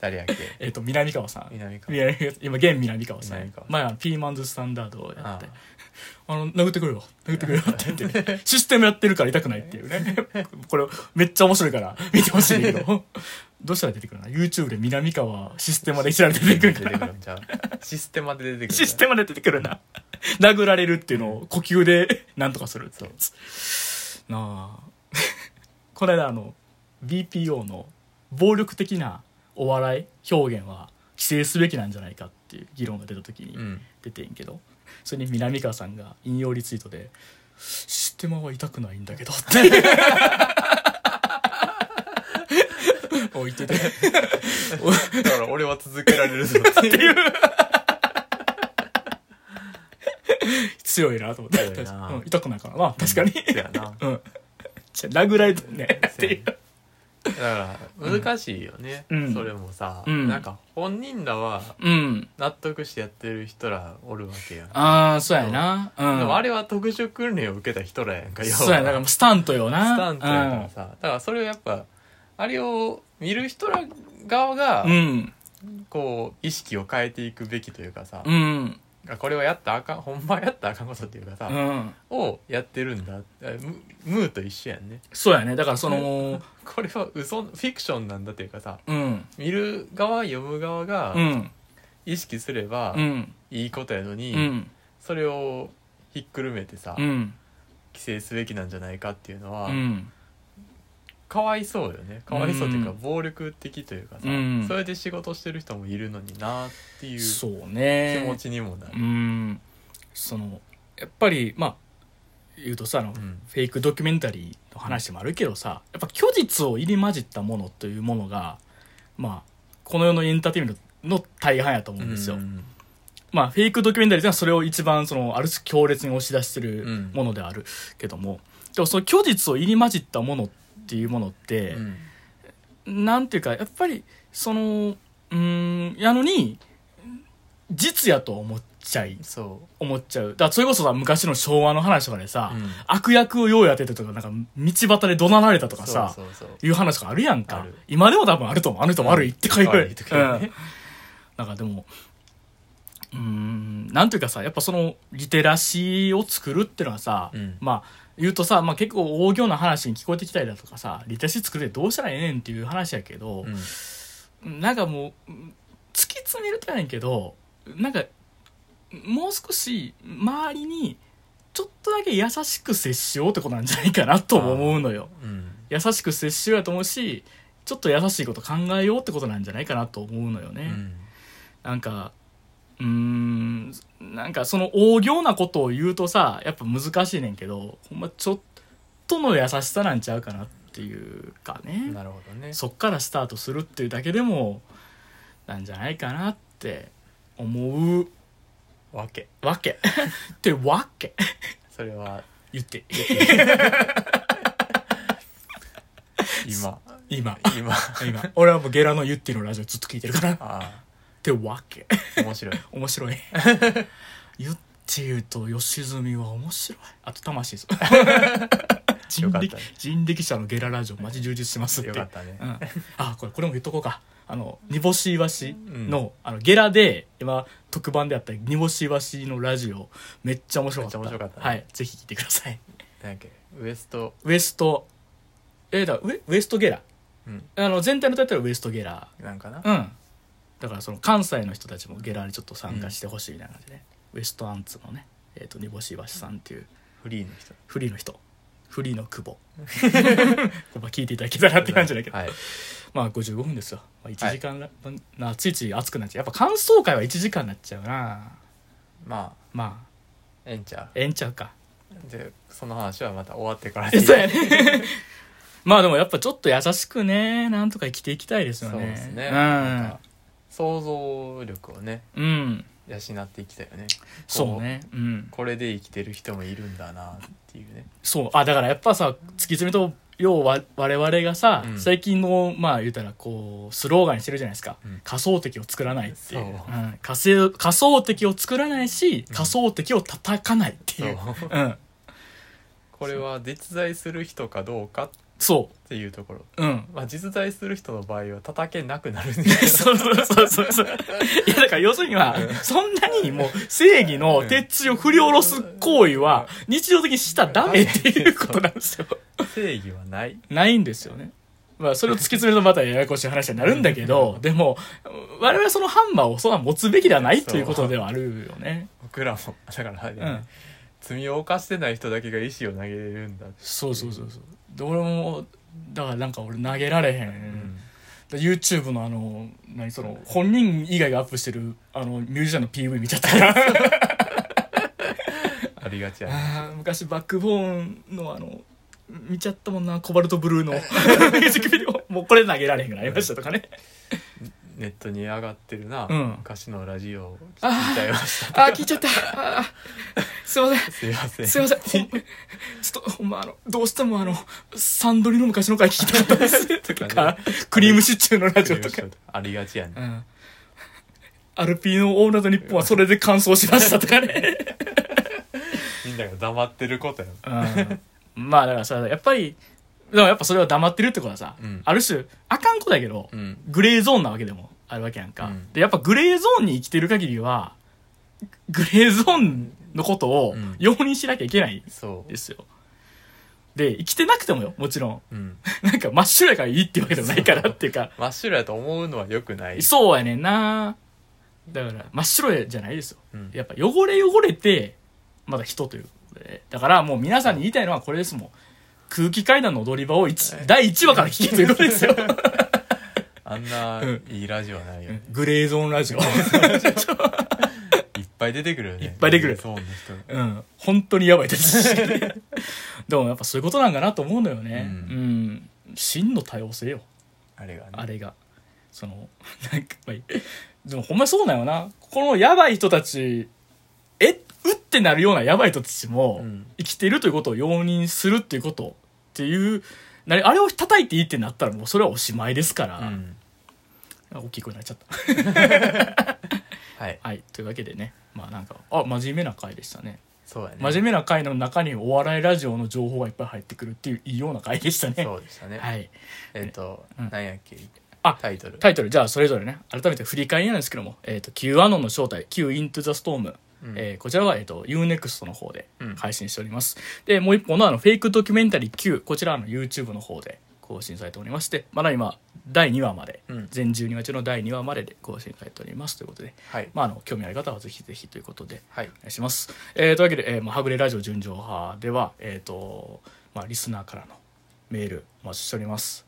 誰やっけえっと、南川さん。南川南川今、現南川さん南川。前はピーマンズスタンダードをやっあて。あの、殴ってくれよ。殴ってくれよって言って。 システムやってるから痛くないっていう ね。これ、めっちゃ面白いから、見てほしいんだけど。どうしたら出てくるの ?YouTube で南川システムで調べて出て出くてるくかるら。んちゃうシステマで出てくるシステムで出てくるな。 殴られるっていうのを呼吸で なんとかするってやつ。なあ。 この間あの、BPO の暴力的なお笑い表現は規制すべきなんじゃないかっていう議論が出た時に、うん出てんけどそれに南川さんが引用リツイートで「システマは痛くないんだけど」っ て 置いててだから俺は続けられるぞっていう強いなと思って強いなうん痛くないからな確かに、やなうん、じゃあ殴られてね っていうだから難しいよね、うんそれもさ、うんなんか本人らはうん納得してやってる人らおるわけやん、ああそうやなうんでもあれは特殊訓練を受けた人らやんか要はそうやなだからスタントよなスタントやからさ、だからそれをやっぱあれを見る人ら側がうんこう意識を変えていくべきというかさう、んあこれはやったらあかんほんまはやったらあかんことっていうかさう、んをやってるんだえムムーと一緒やんねそうやねだからそのこれは嘘フィクションなんだというかさうん見る側読む側がうん意識すればうんいいことやのに、うんそれをひっくるめてさ、うん規制すべきなんじゃないかっていうのは、うんかわいそうよねかわいそうというか、うん暴力的というかさ、うんそれで仕事してる人もいるのになっていう気そうね持ちにもなうる。んそのやっぱりまあ言うとさあの、うんフェイクドキュメンタリーの話もあるけどさやっぱ虚実を入り混じったものというものがまあこの世のエンターテインメントの大半やと思うんですよ、うんまあフェイクドキュメンタリーってのはそれを一番そのある種強烈に押し出してうるんものであるけども、でもその虚実を入り混じったものっていうものって、うんなんていうかやっぱりそのうーんやのに実やと思っちゃいそ思っちゃう。だからそれこそさ、昔の昭和の話とかでさ、うん悪役をようやっててとか、なんか、道端で怒鳴られたとうかさ、そうそうそういう話とかあるやんあかる。今でも多分あると思う。あの人悪いって書いて悪いとかうねんなんかでも、うーん、なんていうかさ、やっぱその、リテラシーを作るってのはさ、うんまあ、言うとさ、まあ結構大行な話に聞こえてきたりだとかさ、リテラシー作るでどうしたらええねんっていう話やけど、うんなんかもううん突き詰めるとやねんけどなんかもう少し周りにちょっとだけ優しく接しようってことなんじゃないかなとも思うのようん優しく接しようやと思うしちょっと優しいこと考えようってことなんじゃないかなと思うのよね、うんなんかうーんなんかその大行なことを言うとさやっぱ難しいねんけどほんまちょっとの優しさなんちゃうかなっていうかねなるほどねそっからスタートするっていうだけでもなんじゃないかなって思うわけわ けってわけそれ は言って今今 今今俺はもうゲラのゆってのラジオずっと聞いてるからっあてわけあ 面白い面白いゆっていうと吉住は面白いあと魂 です人よか力ったね人力車のゲララジオマジ充実してますってよかったねうん、あこれこれも言っとこうかあの煮干しイワシの,、あのゲラで今特番であった煮干しイワシのラジオめっちゃ面白かっためっちゃ面白かったねはい、ぜひ聞いてくださいなんやっけウエストウエストえーだウエウエストゲラうんあの全体のタイトルはウエストゲラなんかなうんだからその関西の人たちもゲラにちょっと参加してほしいみたいな感じでね、ウエストアンツのね、えー、と煮干しイワシさんっていうフリーの人フリーの人フリーの久 保やっぱ聞いていただけたらって感じだけど、はいまあ55分ですよ、まあ、1時間ら、なついつい熱くなっちゃうやっぱ感想会は1時間になっちゃうなまあまあええんちゃええんちゃう かうでその話はまた終わってからでえいいそうやね まあでもやっぱちょっと優しくねなんとか生きていきたいですよねそうですねうなんんか想像力をねうん養っていきたいよねそうねうんこれで生きてる人もいるんだなっていうねそうあだからやっぱさ突き詰めと要は我々がさ、うん最近のまあ言うたらこうスローガンにしてるじゃないですか、うん仮想敵を作らないっていうそううん仮想仮想敵を作らないし仮想敵を叩かないっていう、そう うん、これは実在する人かどうかっそていうところううんまあ実在する人の場合は叩けなくなるん でそうそうそうそうそう。いや、だから要するには、そんなにもう正義の鉄槌を振り下ろす行為は日常的にしたらダメっていうことなんですよ。正義はない ないんですよね。まあ、それを突き詰めるとまたややこしい話になるんだけど、でも、我々はそのハンマーをそんな持つべきではないということではあるよね。僕らもだからあれね、うん罪を犯してない人だけが石を投げれるんだ、そうそうそうそう。で、俺も、だからなんか俺投げられへうんん、で YouTube のあの何その本人以外がアップしてるあのミュージシャンの PV 見ちゃったからありがちやねあー昔バックボーンのあの見ちゃったもんなコバルトブ ルーのミュージックビデオもうこれ投げられへんくなりましたとかねネットに上がってるな、うん昔のラジオを聞い ちゃいましあー聞いちゃったあーすいませたすいませんんすいませんほんちょっとほんまあのどうしてもあのサンドリの昔の回聞きたかった ですとかねかクリームシチューのラジオとクリかームシチューありがちやね、うんアルピーのオールナイトニッポンはそれで完走しましたとかね みんなが黙ってることやんうんまあだからさやっぱりでもやっぱそれは黙ってるってことはさ、うんある種あかんことやけど、うんグレーゾーンなわけでもあるわけやんか、うんでやっぱグレーゾーンに生きてる限りはグレーゾーンのことをうん容認しなきゃいけないんそですよで生きてなくてもよもちろん う、うん、なんか真っ白やからいいってわけでもないからっていうか真っ白やと思うのはよくない、そうやねんなだから真っ白じゃないですようんやっぱ汚れ汚れてまだ人ということでだからもう皆さんに言いたいのはこれですもん空気階段の踊り場を一第1話から聞けということですよあんなうんいいラジオはないよね、 グレーゾーンラジオいっぱい出てくるよねいっぱい出てくるそうの人がうん本当にやばいです でもやっぱそういうことなんかなと思うのよねう、うん真の多様性よあれがねあれがそのなんかまあいいでもほんまにそうなんよなこのやばい人たちえうってなるようなやばい人たちもうん生きてるということを容認するっていうことっていうなにあれを叩いていいってなったらもうそれはおしまいですから、うん大きくなっちゃったはいはいというわけでねまあなんかあ真面目な回でしたねそうやね真面目な回の中にお笑いラジオの情報がいっぱい入ってくるっていういいような回でしたねそうでしたね、はいえっ、と、うんなんやっけあタイトルタイトルじゃあそれぞれね改めて振り返りなんですけども、えー、と Q アノンの正体 Q イントゥザストーム、うんえーこちらは、えー、と UNEXT の方でうん配信しております、でもう一本のあのフェイクドキュメンタリー Q こちらはあの YouTube の方で更新されておりましてまだ今第2話まで、うん全12話中の第2話までで更新されておりますということで、はい、まあ、あの興味ある方はぜひぜひということではいお願いします。えーというわけで、えーまあ、はぐれラジオ純情派では、えっ、と、まあ、リスナーからのメールお待ちしております。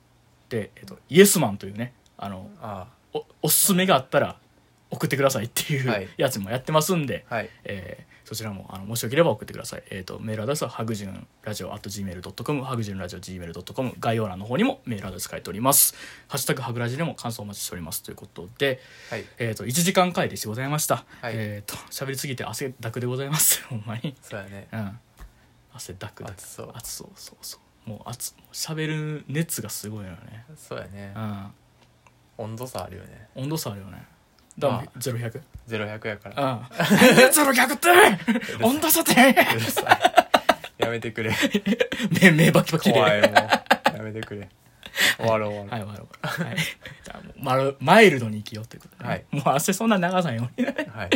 で、えっ、と、イエスマンというね、あの、あお、おすすめがあったら送ってくださいっていはういやつもやってますんで、あはいえーそちらもあのもしよければ送ってください。えっ、と、メールアドレスはハグジュンラジオ at gmail.com、ハグジュンラジオ gmail.com、概要欄の方にもメールアドレス書いております。ハッシュタグハグラジでも感想お待ちしておりますということで、はいえー、と1時間回でしてございました、はいえっ、と喋りすぎて汗だくでございます ほんまにそうやねうん汗だくだく暑そう暑そうそうそうもう熱もう喋る熱がすごいのよねそうやねうん温度差あるよね温度差あるよねだからまゼロ百。 0100やからああゼロ百って温度差ってうるさいやめてくれ 目目バキバキで 怖いもうやめてくれ終わろう終わろうはい、わかるわかる。はい。じゃあ、もうマルマイルドに生きようということで、はいもう汗そんな長さんようにねはい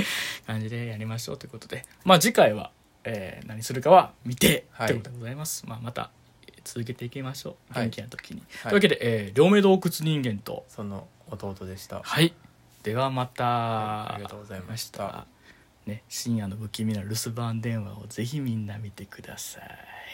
感じでやりましょうということで、まあ次回は、えー何するかは未定はいということでございます。まあまたえー続けていきましょう。はい元気な時に。といはいうわけで、えー両目洞窟人間と、その弟でしたはい。ではまた、いありがとうございましたありがとうございましたね、深夜の不気味な留守番電話をぜひみんな見てください。